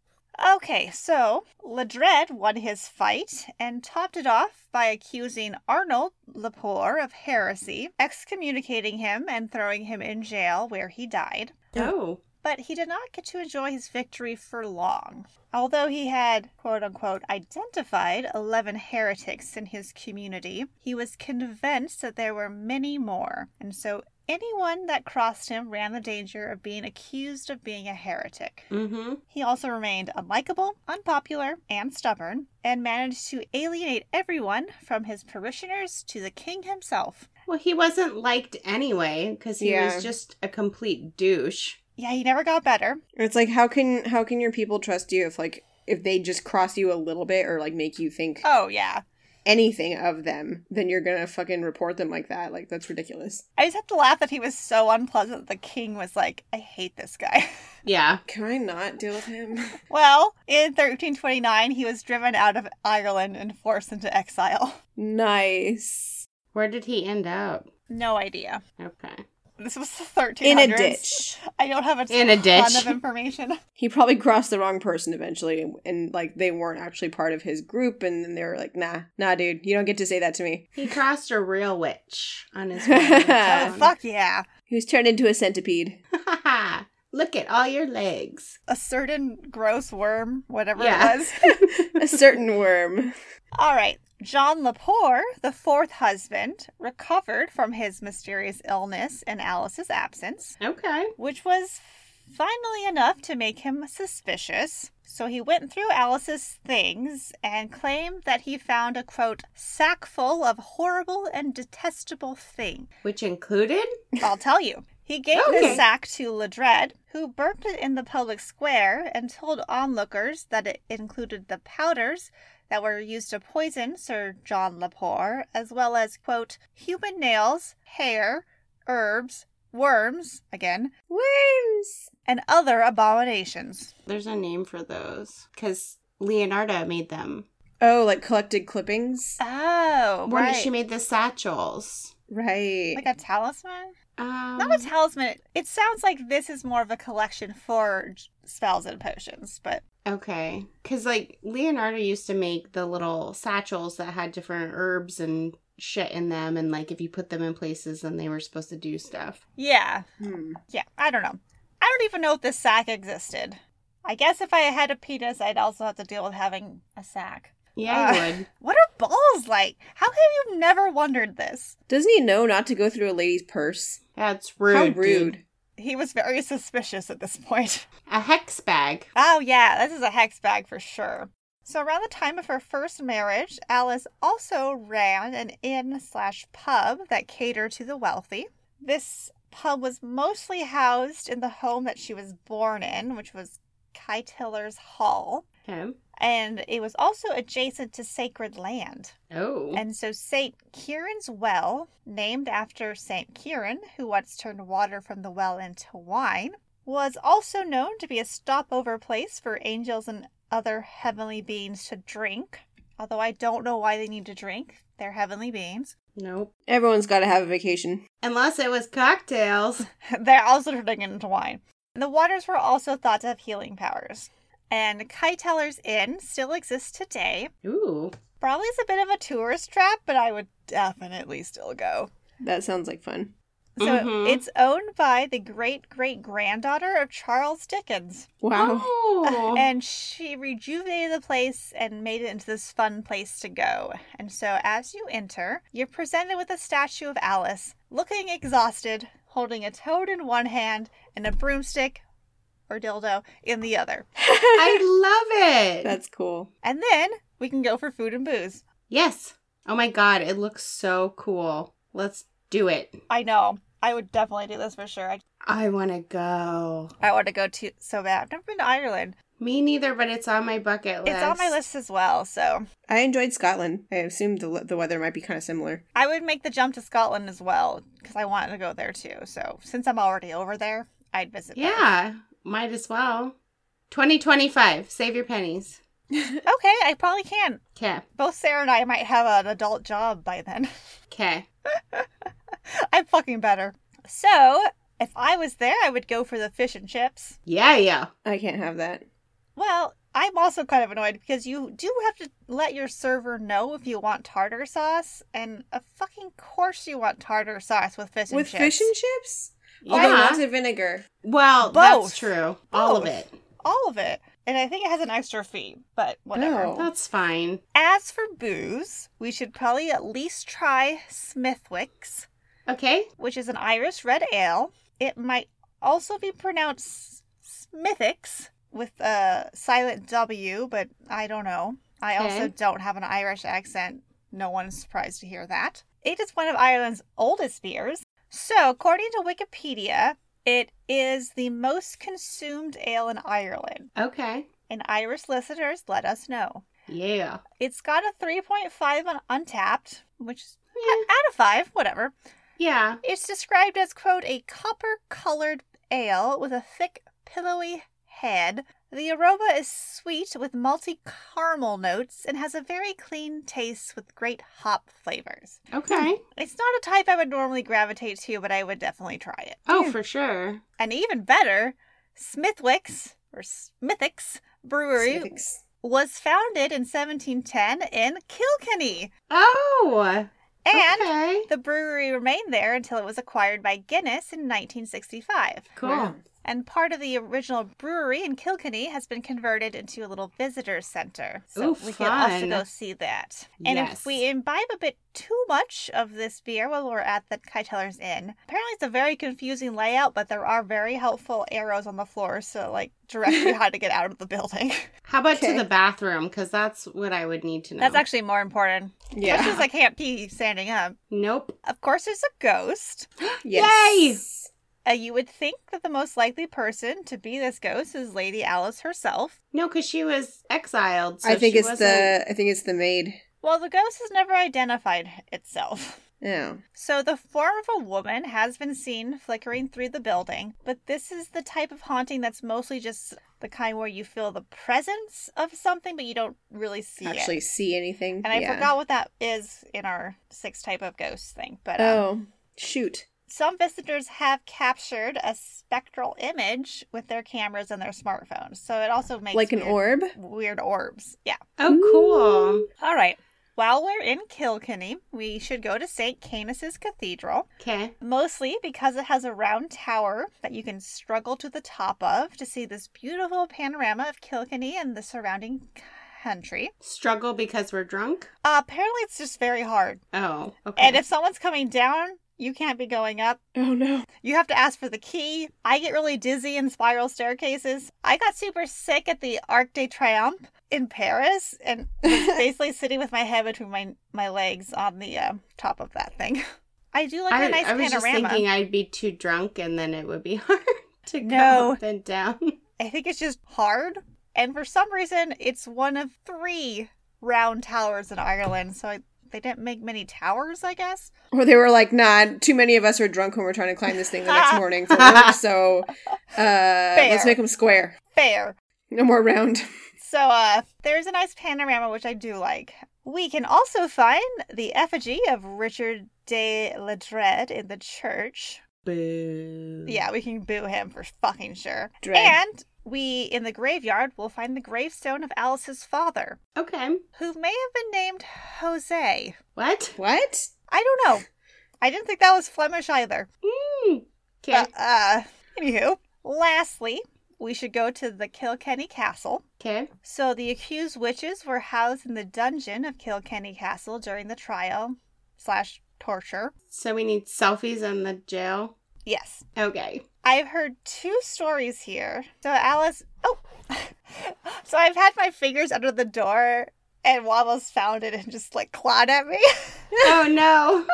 Okay, so Ledred won his fight and topped it off by accusing Arnold Lepore of heresy, excommunicating him, and throwing him in jail where he died. Oh. But he did not get to enjoy his victory for long. Although he had, quote unquote, identified 11 heretics in his community, he was convinced that there were many more, and so anyone that crossed him ran the danger of being accused of being a heretic. Mm-hmm. He also remained unlikable, unpopular, and stubborn, and managed to alienate everyone from his parishioners to the king himself. Well, he wasn't liked anyway because he Yeah. was just a complete douche. Yeah, he never got better. It's like how can how can your people trust you if like if they just cross you a little bit or like make you think Oh, yeah. anything of them, then you're gonna fucking report them like that. Like that's ridiculous. I just have to laugh that he was so unpleasant. The king was like, I hate this guy. Yeah. Can I not deal with him? well, in 1329, he was driven out of Ireland and forced into exile. nice. Where did he end up? No idea. Okay. This was the 1300s. In a ditch. I don't have a ton In a ditch. Um, of information. He probably crossed the wrong person eventually, and, and like they weren't actually part of his group, and then they were like, "Nah, nah, dude, you don't get to say that to me." He crossed a real witch on his way. Oh, fuck yeah. He was turned into a centipede. fuck. Look at all your legs. A certain gross worm, whatever Yeah. it was. a certain worm. All right. John Lepore, the fourth husband, recovered from his mysterious illness in Alice's absence, Okay. which was finally enough to make him suspicious. So he went through Alice's things and claimed that he found a quote, sack full of horrible and detestable thing. Which included? I'll tell you. He gave Okay. his sack to Ledred, who burnt it in the public square and told onlookers that it included the powders that were used to poison Sir John Lepore, as well as, quote, human nails, hair, herbs, worms, again, Worms. and other abominations. There's a name for those because Leonardo made them. Oh, like collected clippings. Oh, When right. she made the satchels. Right. like a talisman? Um, Not a talisman. It sounds like this is more of a collection for j- spells and potions, but Okay. Because, like, Leonardo used to make the little satchels that had different herbs and shit in them. And, like, if you put them in places, then they were supposed to do stuff. yeah. Hmm. Yeah, I don't know. I don't even know if this sack existed. I guess if I had a penis, I'd also have to deal with having a sack. Yeah, you Uh, would. What are balls like? How have you never wondered this? Doesn't he know not to go through a lady's purse? That's rude. How dude. rude. He was very suspicious at this point. A hex bag. Oh, yeah, this is a hex bag for sure. So, around the time of her first marriage, Alice also ran an inn slash pub that catered to the wealthy. This pub was mostly housed in the home that she was born in, which was Keitiller's Hall, Okay. and it was also adjacent to sacred land. Oh. And so, St. Kieran's Well, named after St. Kieran, who once turned water from the well into wine, was also known to be a stopover place for angels and other heavenly beings to drink. Although I don't know why they need to drink, they're heavenly beings. nope. Everyone's got to have a vacation. Unless it was cocktails. they're also turning it into wine. And the waters were also thought to have healing powers. And Keiteller's Inn still exists today. Ooh. Probably is a bit of a tourist trap, but I would definitely still go. That sounds like fun. So Mhm. it's owned by the great great granddaughter of Charles Dickens. Wow. Oh. And she rejuvenated the place and made it into this fun place to go. And so as you enter, you're presented with a statue of Alice, looking exhausted, holding a toad in one hand and a broomstick or dildo in the other. I love it. That's cool. And then we can go for food and booze. Yes. Oh my god, it looks so cool. Let's do it. I know. I would definitely do this for sure. I, I want to go. I want to go to so bad. I've never been to Ireland. Me neither, but it's on my bucket list. It's on my list as well, so I enjoyed Scotland. I assumed the, the weather might be kind of similar. I would make the jump to Scotland as well because I want to go there too. So since I'm already over there, I'd visit. both. Yeah, might as well. 2025. Save your pennies. Okay, I probably can. Okay. Both Sarah and I might have an adult job by then. Okay. I'm fucking better. So if I was there, I would go for the fish and chips. Yeah, yeah. I can't have that. Well, I'm also kind of annoyed because you do have to let your server know if you want tartar sauce, and of fucking course you want tartar sauce with fish and With chips. fish and chips? Oh, Oh, Although Yeah. lots of vinegar. well, Both. that's true. All of Both. it. All of it. And I think it has an extra fee, but whatever. Oh. That's fine. As for booze, we should probably at least try Smithwick's, Okay. which is an Irish red ale. It might also be pronounced Smithwick's with a silent W, but I don't know. I also Okay. don't have an Irish accent. No one's surprised to hear that. It is one of Ireland's oldest beers. So, according to Wikipedia, it is the most consumed ale in Ireland. Okay. And Irish listeners, let us know. Yeah. It's got a 3.5 on Untapped, which is Yeah. out of 5, whatever. Yeah. It's described as, quote, a copper colored ale with a thick, pillowy head. The aroma is sweet with malty caramel notes and has a very clean taste with great hop flavors. Okay. It's not a type I would normally gravitate to, but I would definitely try it. Oh, for sure. And even better, Smithwick's or Smithwick's Brewery Smithwick's. was founded in 1710 in Kilkenny. Oh. And okay. the brewery remained there until it was acquired by Guinness in 1965. Cool. Wow. And part of the original brewery in Kilkenny has been converted into a little visitor center. So Ooh, we can also fun. go see that. And Yes. if we imbibe a bit too much of this beer while we're at the Keiteller's Inn, apparently it's a very confusing layout, but there are very helpful arrows on the floor, so like direct you how to get out of the building. How about Okay. to the bathroom? Because that's what I would need to know. That's actually more important. Yeah. Just I can't pee standing up. Nope. Of course, there's a ghost. yes. Uh, you would think that the most likely person to be this ghost is Lady Alice herself. No, because she was exiled. So I think she it's wasn't- the I think it's the maid. Well, the ghost has never identified itself. Oh. So, the form of a woman has been seen flickering through the building, but this is the type of haunting that's mostly just the kind where you feel the presence of something, but you don't really see Actually it. see anything. And I Yeah. forgot what that is in our six type of ghost thing, but um, Oh. Shoot. Some visitors have captured a spectral image with their cameras and their smartphones. So it also makes Like an weird- orb? Weird orbs. Yeah. Oh, cool. All right. While we're in Kilkenny, we should go to St. Canis's Cathedral, Okay. mostly because it has a round tower that you can struggle to the top of to see this beautiful panorama of Kilkenny and the surrounding country. Struggle because we're drunk? Uh, apparently, it's just very hard. Oh, okay. And if someone's coming down, you can't be going up. Oh no. You have to ask for the key. I get really dizzy in spiral staircases. I got super sick at the Arc de Triomphe in Paris and was basically sitting with my head between my my legs on the um top of that thing. I do like a I, nice I was just panorama. thinking I'd be too drunk and then it would be hard to go No. up and down. I think it's just hard. And for some reason, it's one of three round towers in Ireland. So I, they didn't make many towers, I guess. Or they were like, nah, too many of us are drunk when we're trying to climb this thing the next morning for work, so uh, let's make them square. Fair. No more round. So uh, there's a nice panorama, which I do like. We can also find the effigy of Richard de Ledred in the church. Boo. Yeah, we can boo him for fucking sure. Dread. And we, in the graveyard, will find the gravestone of Alice's father, Okay. who may have been named Jose. What? What? I don't know. I didn't think that was Flemish either. Hmm. Okay. But, uh, anywho, lastly, we should go to the Kilkenny Castle. Okay. So the accused witches were housed in the dungeon of Kilkenny Castle during the trial slash torture. So we need selfies in the jail. Yes. Okay. I've heard two stories here. So Alice oh So I've had my fingers under the door and Wobbles found it and just like clawed at me. Oh no.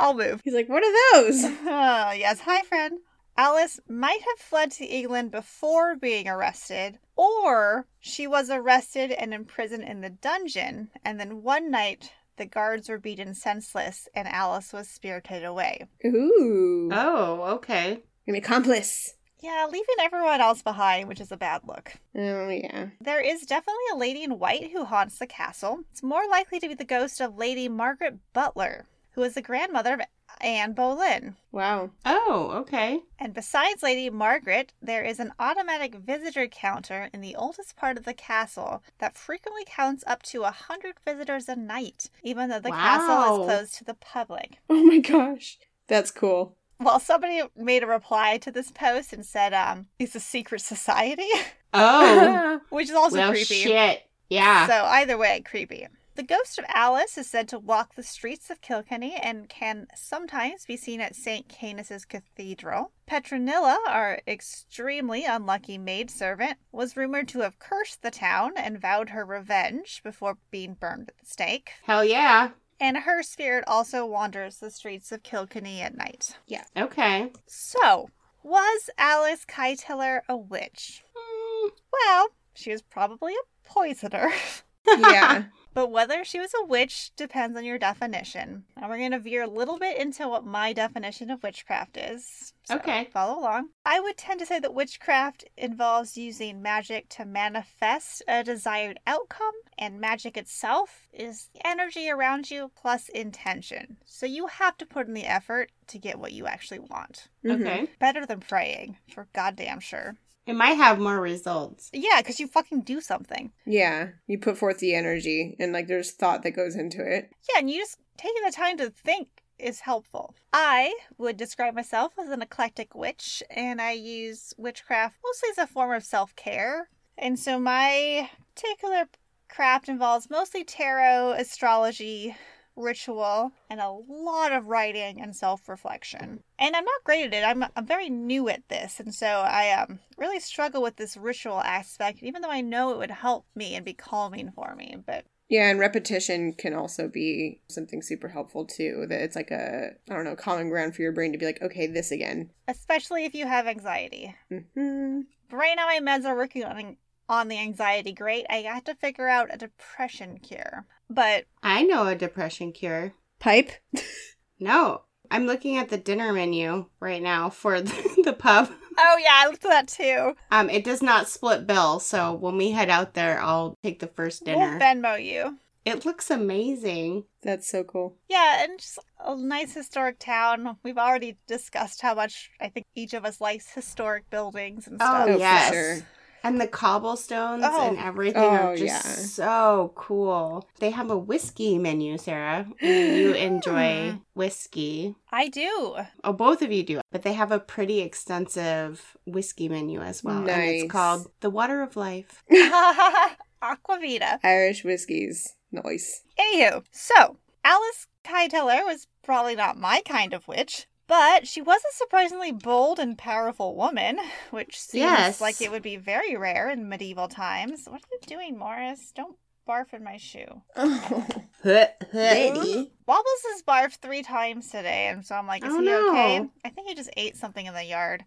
I'll move. He's like, what are those? Oh, yes, hi friend. Alice might have fled to England before being arrested, or she was arrested and imprisoned in the dungeon, and then one night the guards were beaten senseless and Alice was spirited away. Ooh. Oh, okay. An accomplice. Yeah, leaving everyone else behind, which is a bad look. Oh, yeah. There is definitely a lady in white who haunts the castle. It's more likely to be the ghost of Lady Margaret Butler, who is the grandmother of Anne Boleyn. Wow. Oh, okay. And besides Lady Margaret, there is an automatic visitor counter in the oldest part of the castle that frequently counts up to a hundred visitors a night, even though the castle Wow. is closed to the public. Oh my gosh. That's cool. Well, somebody made a reply to this post and said, um, it's a secret society, Oh, which is also well, creepy. shit. Yeah. So either way, creepy. The ghost of Alice is said to walk the streets of Kilkenny and can sometimes be seen at St. Canis's Cathedral. Petronilla, our extremely unlucky maidservant, was rumored to have cursed the town and vowed her revenge before being burned at the stake. Hell yeah. And her spirit also wanders the streets of Kilkenny at night. Okay. So, was Alice Keiteler a witch? Mm. Well, she was probably a poisoner. yeah. But whether she was a witch depends on your definition. And we're going to veer a little bit into what my definition of witchcraft is. So Okay. Follow along. I would tend to say that witchcraft involves using magic to manifest a desired outcome, and magic itself is the energy around you plus intention. So you have to put in the effort to get what you actually want. Mhm. Okay. Better than praying, for goddamn sure. It might have more results. Yeah, because you fucking do something. Yeah. You put forth the energy and like there's thought that goes into it. Yeah, and you just taking the time to think is helpful. I would describe myself as an eclectic witch, and I use witchcraft mostly as a form of self care. And so my particular craft involves mostly tarot, astrology, ritual, and a lot of writing and self reflection. And I'm not great at it. I'm I'm very new at this, and so I um really struggle with this ritual aspect. Even though I know it would help me and be calming for me, but Yeah, and repetition can also be something super helpful too. That it's like a I don't know, common ground for your brain to be like, okay, this again. especially if you have anxiety. hmm Right now, my meds are working on on the anxiety. Great, I have to figure out a depression cure. But I know a depression cure. Pipe. No. I'm looking at the dinner menu right now for the, the pub. oh yeah, I looked at that too. Um, it does not split bill, so when we head out there, I'll take the first dinner. We'll Venmo you. it looks amazing. That's so cool. Yeah, and just a nice historic town. We've already discussed how much I think each of us likes historic buildings and stuff. Oh, Oh, yes. for sure. And the cobblestones Oh. and everything Oh, are just yeah. so cool. They have a whiskey menu, Sarah. You enjoy Mm. whiskey. I do. Oh, both of you do. But they have a pretty extensive whiskey menu as well. And Nice. it's called The Water of Life. Aquavita. Irish whiskies. Nice. Anywho, so Alice Kiteller was probably not my kind of witch, but she was a surprisingly bold and powerful woman, which seems Yes. like it would be very rare in medieval times. What are you doing, Morris? Don't barf in my shoe. Oh, Lady. Wobbles has barfed three times today, and so I'm like, is Oh, he okay? no. I think he just ate something in the yard.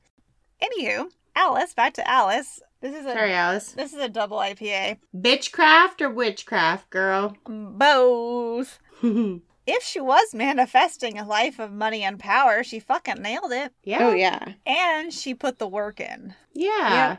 Anywho, Alice, back to Alice. This is a Sorry, Alice. this is a double IPA. Bitchcraft or witchcraft, girl? Both. yeah. If she was manifesting a life of money and power, she fucking nailed it. oh yeah. And she put the work in. Yeah.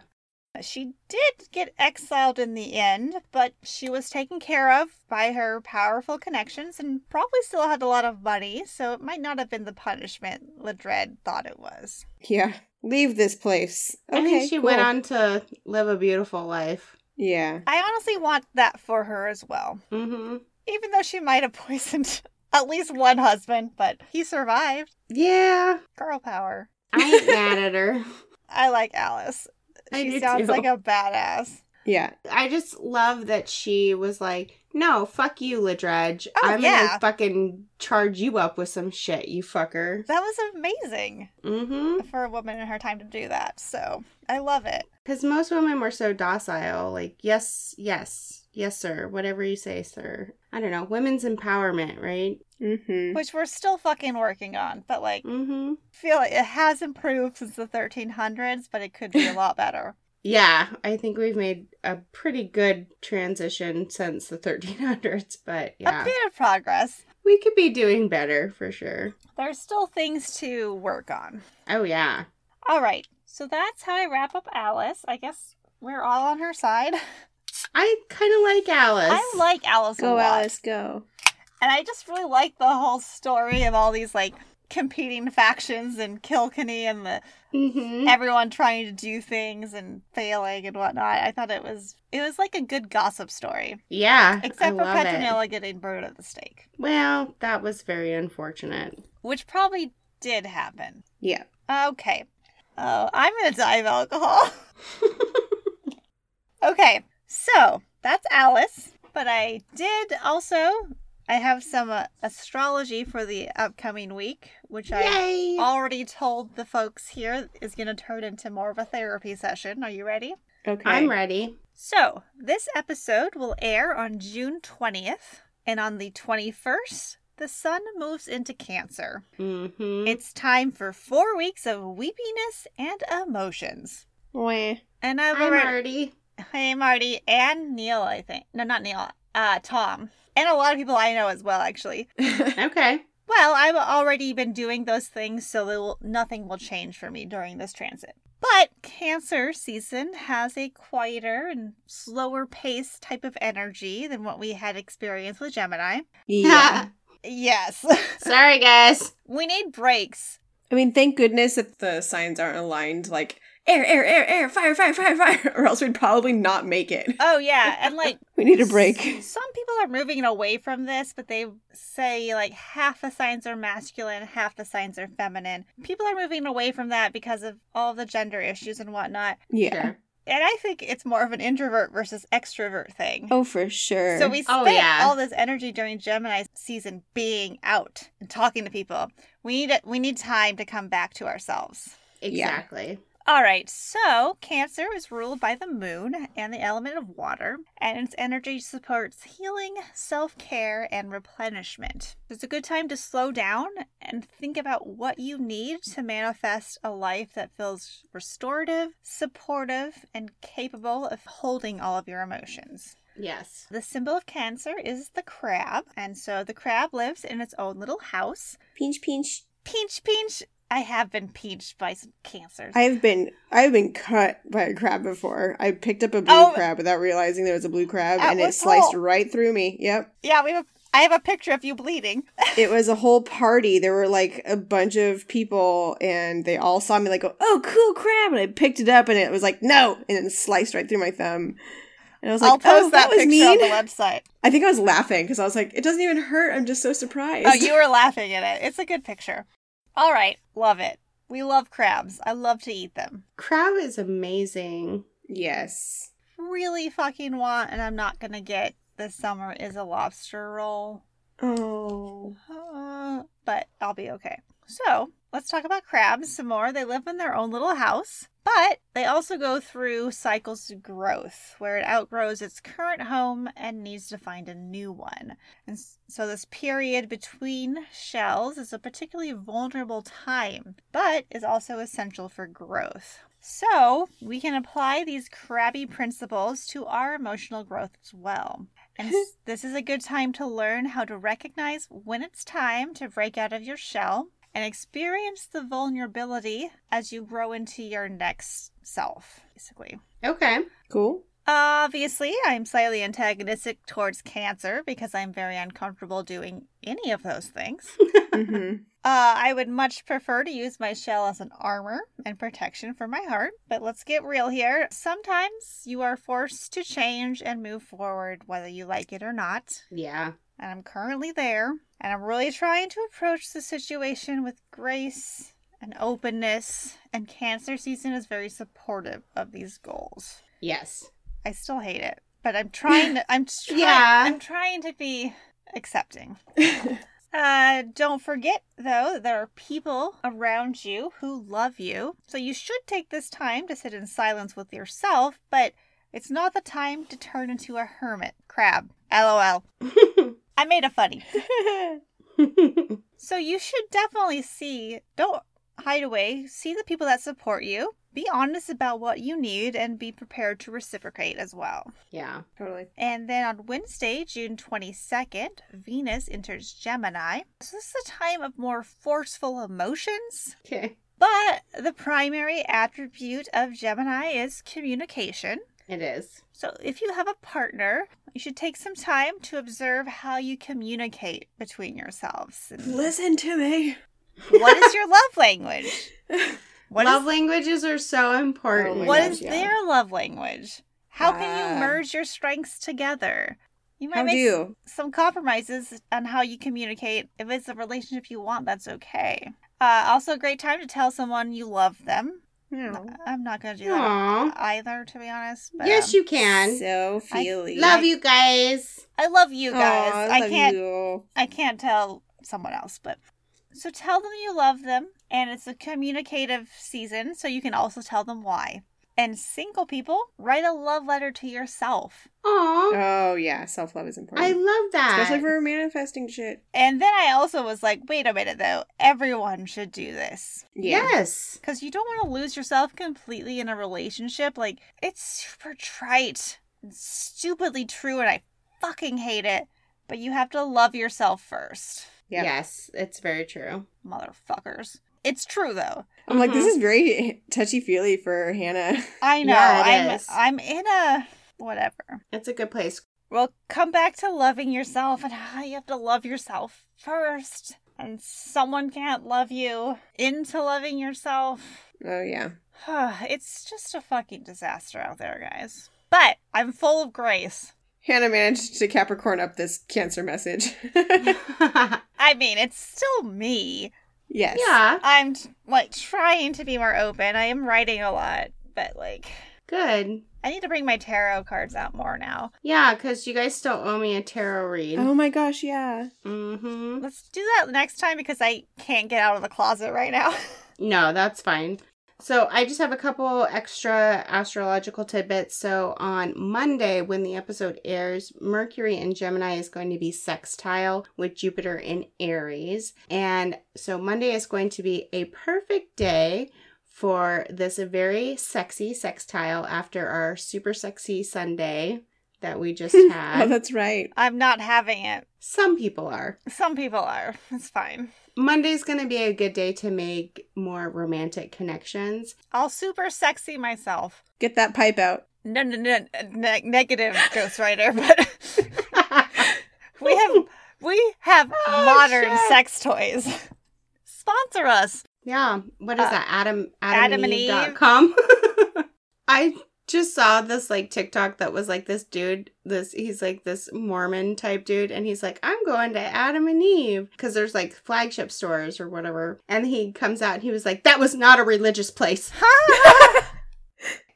She did get exiled in the end, but she was taken care of by her powerful connections and probably still had a lot of money, so it might not have been the punishment Ledred thought it was. Yeah. Leave this place. I think Okay, she went cool. on to live a beautiful life. Yeah. I honestly want that for her as well. hmm Even though she might have poisoned at least one husband, but he survived. Yeah. Girl power. I ain't mad at her. I like Alice. I She do sounds too. like a badass. Yeah. I just love that she was like, no, fuck you, Ledredge. Oh, I'm yeah. gonna fucking charge you up with some shit, you fucker. That was amazing Mm-hmm. for a woman in her time to do that. So I love it. Because most women were so docile, like, yes, yes, yes, sir, whatever you say, sir. I don't know, women's empowerment, right? Mm-hmm. Which we're still fucking working on, but like, Mm-hmm. feel like it has improved since the 1300s, but it could be a lot better. Yeah, I think we've made a pretty good transition since the 1300s, but A yeah, bit of progress. we could be doing better for sure. There's still things to work on. Oh, yeah. All right. So that's how I wrap up Alice. I guess we're all on her side. I kind of like Alice. I like Alice a Go, lot. Alice, go. And I just really like the whole story of all these like competing factions and Kilkenny and the Mm-hmm. everyone trying to do things and failing and whatnot. I thought it was it was like a good gossip story. Yeah. Except I for love it. Petronella getting burned at the stake. Well, that was very unfortunate. Which probably did happen. Yeah. Okay. Oh, I'm gonna die of alcohol. okay, so that's Alice. But I did also I have some uh, astrology for the upcoming week, which I Yay! already told the folks here is going to turn into more of a therapy session. Are you ready? Okay. I'm ready. So, this episode will air on June 20th, and on the 21st, the sun moves into Cancer. Mm-hmm. It's time for four weeks of weepiness and emotions. Wah. And I've Hi, already. Marty. Hey, Marty. And Neil, I think. No, not Neil. Uh, Tom. And a lot of people I know as well, actually. Okay. Well, I've already been doing those things, so they will, nothing will change for me during this transit. But Cancer season has a quieter and slower pace type of energy than what we had experienced with Gemini. yeah. Yes. Sorry, guys. we need breaks. I mean, thank goodness that the signs aren't aligned like air, air, air, air, fire, fire, fire, fire, or else we'd probably not make it. Uh, Oh, yeah. And like, We need a break. S- Some people are moving away from this, but they say like half the signs are masculine, half the signs are feminine. People are moving away from that because of all the gender issues and whatnot. Yeah. Sure. And I think it's more of an introvert versus extrovert thing. Oh, for sure. So we spent Oh, yeah. all this energy during Gemini season being out and talking to people. We need we need time to come back to ourselves. Exactly. All right, so Cancer is ruled by the moon and the element of water, and its energy supports healing, self care, and replenishment. It's a good time to slow down and think about what you need to manifest a life that feels restorative, supportive, and capable of holding all of your emotions. Yes. The symbol of Cancer is the crab, and so the crab lives in its own little house. pinch, pinch. Pinch, pinch. I have been pinched by some cancers. I've been I've been cut by a crab before. I picked up a blue Oh. crab without realizing there was a blue crab, That and it was sliced cool. right through me. Yep. Yeah, we have. A, I have a picture of you bleeding. it was a whole party. There were like a bunch of people, and they all saw me like, go, "Oh, cool crab!" And I picked it up, and it was like, "No!" and it sliced right through my thumb. And I was like, I'll post "Oh, that, that, was picture on mean." the website. I think I was laughing because I was like, "It doesn't even hurt. I'm just so surprised." Oh, you were laughing at it. It's a good picture. All right, love it. We love crabs. I love to eat them. Crab is amazing. yes. really fucking want and I'm not gonna get this summer is a lobster roll. Oh. Uh, but I'll be okay. So let's talk about crabs some more. They live in their own little house, but they also go through cycles of growth where it outgrows its current home and needs to find a new one. And s- so this period between shells is a particularly vulnerable time, but is also essential for growth. So we can apply these crabby principles to our emotional growth as well. And s- this is a good time to learn how to recognize when it's time to break out of your shell and experience the vulnerability as you grow into your next self, basically. Okay. Cool. Obviously, I'm slightly antagonistic towards cancer because I'm very uncomfortable doing any of those things. hmm Uh, I would much prefer to use my shell as an armor and protection for my heart, but let's get real here. Sometimes you are forced to change and move forward whether you like it or not, Yeah. and I'm currently there, and I'm really trying to approach the situation with grace and openness, and cancer season is very supportive of these goals. Yes. I still hate it, but I'm trying to I'm trying, Yeah. I'm trying to be accepting. Uh, don't forget, though, that there are people around you who love you. So you should take this time to sit in silence with yourself, but it's not the time to turn into a hermit crab. LOL. I made a funny. So you should definitely see, don't hide away, see the people that support you. Be honest about what you need and be prepared to reciprocate as well. yeah. totally. And then on Wednesday, June 22nd, Venus enters Gemini. So this is a time of more forceful emotions, Okay. but the primary attribute of Gemini is communication. It is. So if you have a partner, you should take some time to observe how you communicate between yourselves. And Listen to me. what is your love language? What is- Love languages are so important. Oh my what gosh, is yeah. their love language? How can Ah. you merge your strengths together? You might How make do? some compromises on how you communicate. If it's a relationship you want, that's okay. Uh, also, a great time to tell someone you love them. No. I'm not going to do that Aw. either, to be honest. But, Yes, um, you can. So feely. Love you guys. I love you guys. Aw, I love can't. you. I can't tell someone else, but so tell them you love them, and it's a communicative season, so you can also tell them why. And single people, write a love letter to yourself. Aw. Oh yeah, self love is important. I love that. Especially for manifesting shit. And then I also was like, wait a minute though, everyone should do this. Yes. Because you don't want to lose yourself completely in a relationship. Like, it's super trite and stupidly true, and I fucking hate it. But you have to love yourself first, Yep. Yes. It's very true. Mm-hmm. motherfuckers. It's true, though. I'm like, this is very touchy feely for Hannah. I know. Yeah, it I'm, is. I'm in a whatever. It's a good place. Well, come back to loving yourself and how you have to love yourself first. And someone can't love you into loving yourself. Oh yeah. it's just a fucking disaster out there, guys. But I'm full of grace. Hannah managed to Capricorn up this cancer message. yeah. I mean, it's still me. yes. I'm like trying to be more open. I am writing a lot, but like Good. I need to bring my tarot cards out more now. Yeah, because you guys still owe me a tarot read. Oh my gosh, yeah. Mm-hmm. Let's do that next time because I can't get out of the closet right now. No, that's fine. So I just have a couple extra astrological tidbits. So on Monday, when the episode airs, Mercury in Gemini is going to be sextile with Jupiter in Aries. And so Monday is going to be a perfect day for this very sexy sextile after our super sexy Sunday that we just Oh, had. that's right. I'm not having it. Some people are. Some people are. It's fine. Monday's going to be a good day to make more romantic connections. I'll super sexy myself. Get that pipe out. No, no, no, ne- negative ghostwriter, but we have we have Oh, modern shit. sex toys. Sponsor us. Yeah. What is Uh, that? Adam Adam and adamandeve.com. I just saw this like TikTok that was like this dude, this he's like this Mormon type dude and he's like I'm going to Adam and Eve cuz there's like flagship stores or whatever. And he comes out and he was like that was not a religious place.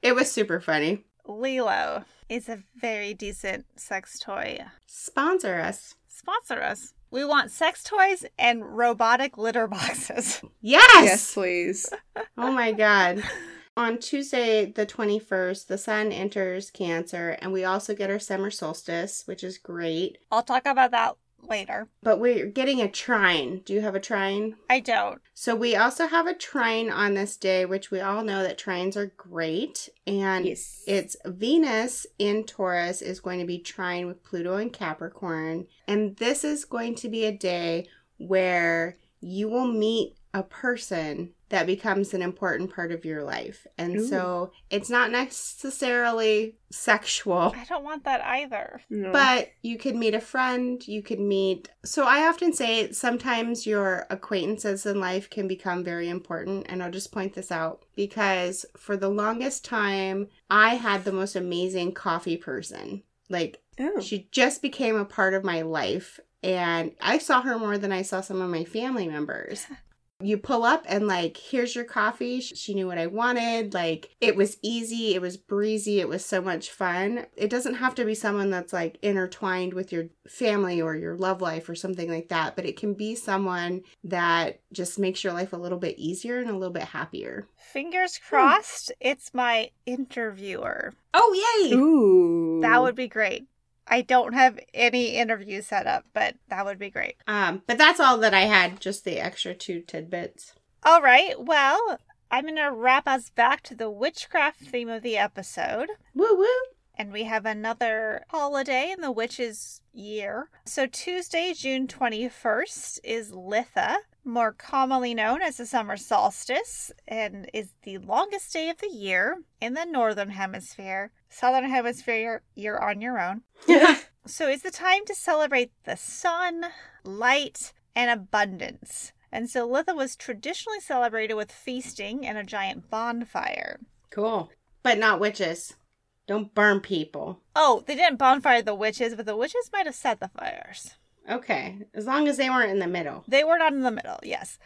It was super funny. Lilo is a very decent sex toy. Sponsor us. Sponsor us. We want sex toys and robotic litter boxes. Yes. Yes, please. Oh my god. On Tuesday, the 21st, the sun enters Cancer, and we also get our summer solstice, which is great. I'll talk about that later. But we're getting a trine. Do you have a trine? I don't. So we also have a trine on this day, which we all know that trines are great. And Yes. it's Venus in Taurus is going to be trine with Pluto and Capricorn. And this is going to be a day where you will meet a person that becomes an important part of your life. And Ooh. so it's not necessarily sexual. I don't want that either. No. But you could meet a friend, you could meet. So I often say sometimes your acquaintances in life can become very important. And I'll just point this out because for the longest time, I had the most amazing coffee person. Like, oh. she just became a part of my life. And I saw her more than I saw some of my family members. You pull up and, like, here's your coffee. Sh- She knew what I wanted. Like, it was easy. It was breezy. It was so much fun. It doesn't have to be someone that's, like, intertwined with your family or your love life or something like that, but it can be someone that just makes your life a little bit easier and a little bit happier. Fingers crossed, it's my interviewer. Oh, yay! Ooh. That would be great. I don't have any interview set up, but that would be great. Um, but that's all that I had, just the extra two tidbits. All right, well, I'm going to wrap us back to the witchcraft theme of the episode. Woo woo! And we have another holiday in the witch's year. So, Tuesday, June 21st, is Litha, more commonly known as the summer solstice, and is the longest day of the year in the northern hemisphere. Southern hemisphere, you're on your own. So it's the time to celebrate the sun, light, and abundance. And so Litha was traditionally celebrated with feasting and a giant bonfire. Cool. But not witches. Don't burn people. Oh, they didn't bonfire the witches, but the witches might have set the fires. Okay. As long as they weren't in the middle. They were not in the middle, yes.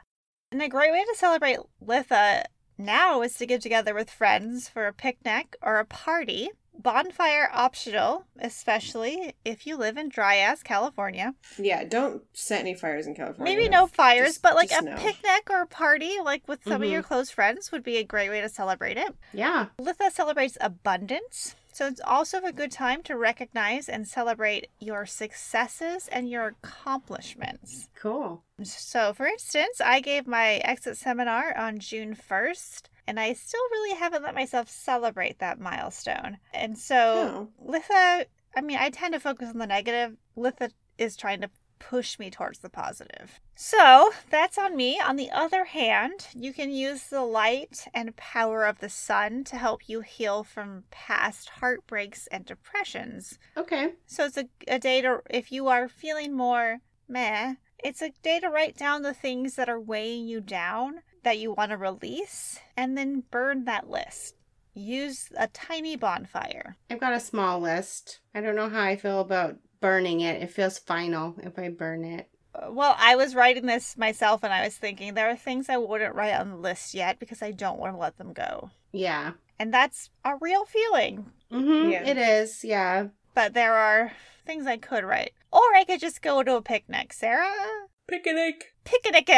And a great way to celebrate Litha now is to get together with friends for a picnic or a party. Bonfire optional, especially if you live in dry ass California. Yeah, don't set any fires in California. Maybe no fires, Just- but like just a no. picnic or a party, like with some of your Mhm. close friends, would be a great way to celebrate it. Yeah. Litha celebrates abundance, so it's also a good time to recognize and celebrate your successes and your accomplishments. Cool. So, for instance, I gave my exit seminar on June 1st, and I still really haven't let myself celebrate that milestone. And so, Oh. Litha, I mean, I tend to focus on the negative. Litha is trying to push me towards the positive. So that's on me. On the other hand, you can use the light and power of the sun to help you heal from past heartbreaks and depressions. Okay. So it's a, a day to, if you are feeling more meh, it's a day to write down the things that are weighing you down that you want to release and then burn that list. Use a tiny bonfire. I've got a small list. I don't know how I feel about burning it. It feels final if I burn it. Well, I was writing this myself and I was thinking there are things I wouldn't write on the list yet because I don't want to let them go. Yeah. And that's a real feeling. Mm-hmm. Yeah. It is. Yeah. But there are things I could write. Or I could just go to a picnic, Sarah. Picnic. Picnic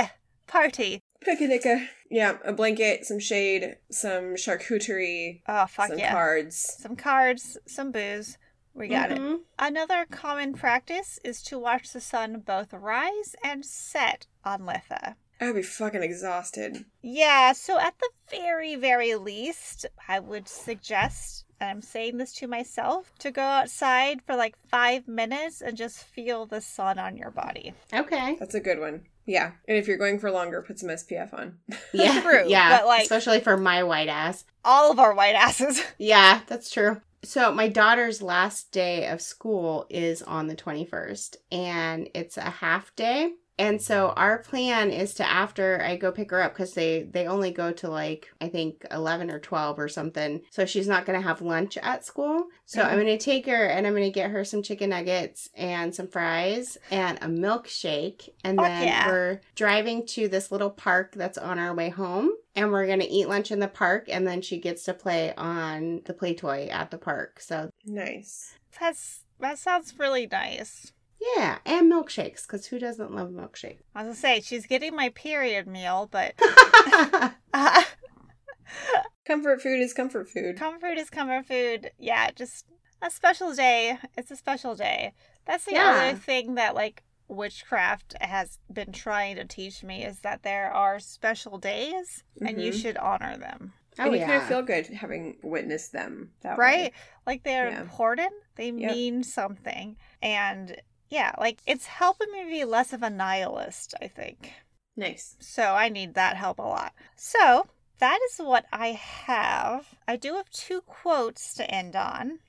party. Picnic. Yeah, a blanket, some shade, some charcuterie, Oh, fuck some yeah. cards. Some cards, some booze. We got it. Mhm. Another common practice is to watch the sun both rise and set on Litha. I would be fucking exhausted. Yeah, so at the very, very least, I would suggest, and I'm saying this to myself, to go outside for like five minutes and just feel the sun on your body. Okay. That's a good one. Yeah, and if you're going for longer, put some SPF on. Yeah. True, yeah. but, like- Especially for my white ass. All of our white asses. Yeah, that's true. So, my daughter's last day of school is on the 21st, and it's a half day. And so our plan is to after I go pick her up because they they only go to like I think eleven or twelve or something. So she's not gonna have lunch at school. So I'm gonna take her and I'm gonna get her some chicken nuggets and some fries and a milkshake. And Oh, Fuck then yeah. we're driving to this little park that's on our way home. And we're gonna eat lunch in the park, and then she gets to play on the play toy at the park. So Nice. That's that sounds really nice. yeah, and milkshakes because who doesn't love milkshake? I was gonna say she's getting my period meal, but Oh, uh, Comfort food is comfort food. comfort is comfort food. Yeah, just a special day. It's a special day. That's the Yeah. other thing that like witchcraft has been trying to teach me is that there are special days and you Mhm. should honor them. Oh, and you yeah. kind of feel good having witnessed them that right? way. Like they're Yeah. important, they Yep. mean something. And yeah, like it's helping me be less of a nihilist, I think. Nice. So I need that help a lot. So that is what I have. I do have two quotes to end on.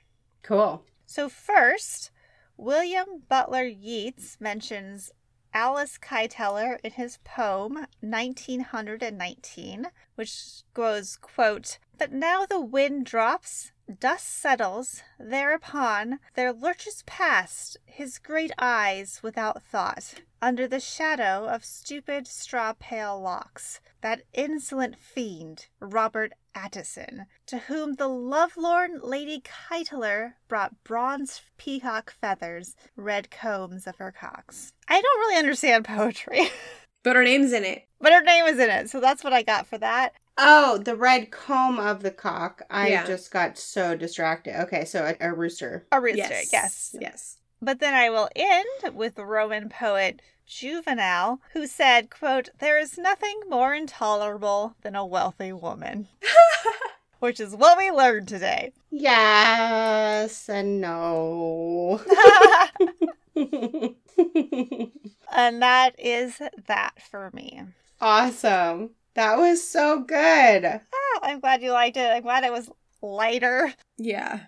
cool. So, first, William Butler Yeats mentions Alice Keiteler in his poem 1919, which goes, quote, But now the wind drops, dust settles, thereupon there lurches past his great eyes without thought, under the shadow of stupid straw pale locks, that insolent fiend, Robert Attison, to whom the lovelorn Lady Keitler brought bronze peacock feathers, red combs of her cocks. I don't really understand poetry, But her name's in it. but her name is in it, so that's what I got for that. Oh, the red comb of the cock. I Yeah. just got so distracted. Okay, so a, a rooster. A rooster, yes. Yes. But then I will end with the Roman poet Juvenal, who said, quote, There is nothing more intolerable than a wealthy woman. Which is what we learned today. Yes and no. and that is that for me. awesome. That was so good. Oh, I'm glad you liked it. I'm glad it was lighter Yeah.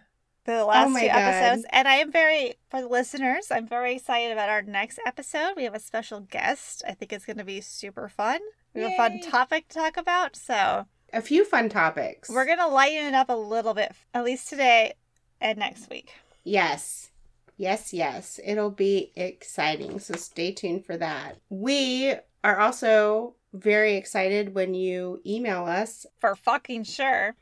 than the last Oh my two God. episodes. And I am very, for the listeners, I'm very excited about our next episode. We have a special guest. I think it's going to be super fun. We have a fun Yay. topic to talk about. So A few fun topics. we're going to lighten it up a little bit, at least today and next week. Yes. Yes, yes. It'll be exciting. So stay tuned for that. We are also very excited when you email us For fucking sure.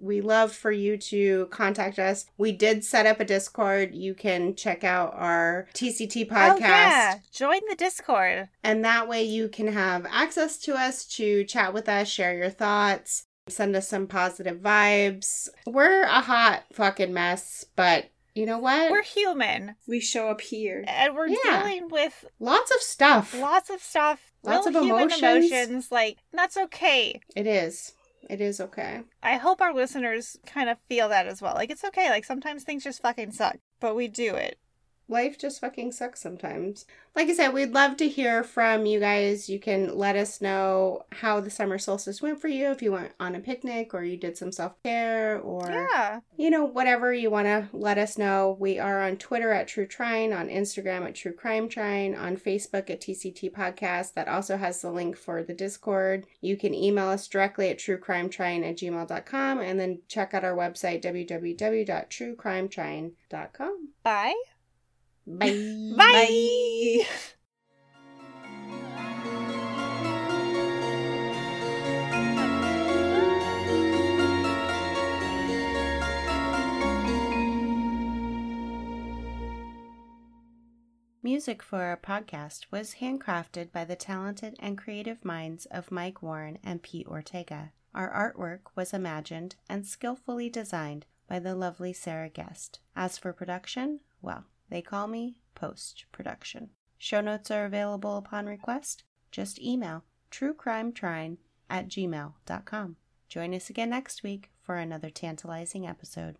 we love for you to contact us. We did set up a Discord. You can check out our TCT podcast. Oh, yeah. Join the Discord. And that way you can have access to us to chat with us, share your thoughts, send us some positive vibes. We're a hot fucking mess, but you know what? We're human We show up here. and we're Yeah. dealing with Lots of stuff. lots of stuff, Lots real of human emotions. emotions. Like, that's okay. It is. It is okay. I hope our listeners kind of feel that as well. Like it's okay. Like sometimes things just fucking suck, but we do it. life just fucking sucks sometimes. Like I said, we'd love to hear from you guys. You can let us know how the summer solstice went for you, if you went on a picnic or you did some self care or, Yeah. you know, whatever you want to let us know. We are on Twitter at True Trine, on Instagram at True Crime Trine, on Facebook at TCT Podcast. That also has the link for the Discord. You can email us directly at truecrimetrine at gmail.com and then check out our website, www.truecrimetrine.com. Bye. Bye. Bye. Music for our podcast was handcrafted by the talented and creative minds of Mike Warren and Pete Ortega. Our artwork was imagined and skillfully designed by the lovely Sarah Guest. As for production, well, they call me post production. Show notes are available upon request. Just email truecrimetrine at gmail.com. Join us again next week for another tantalizing episode.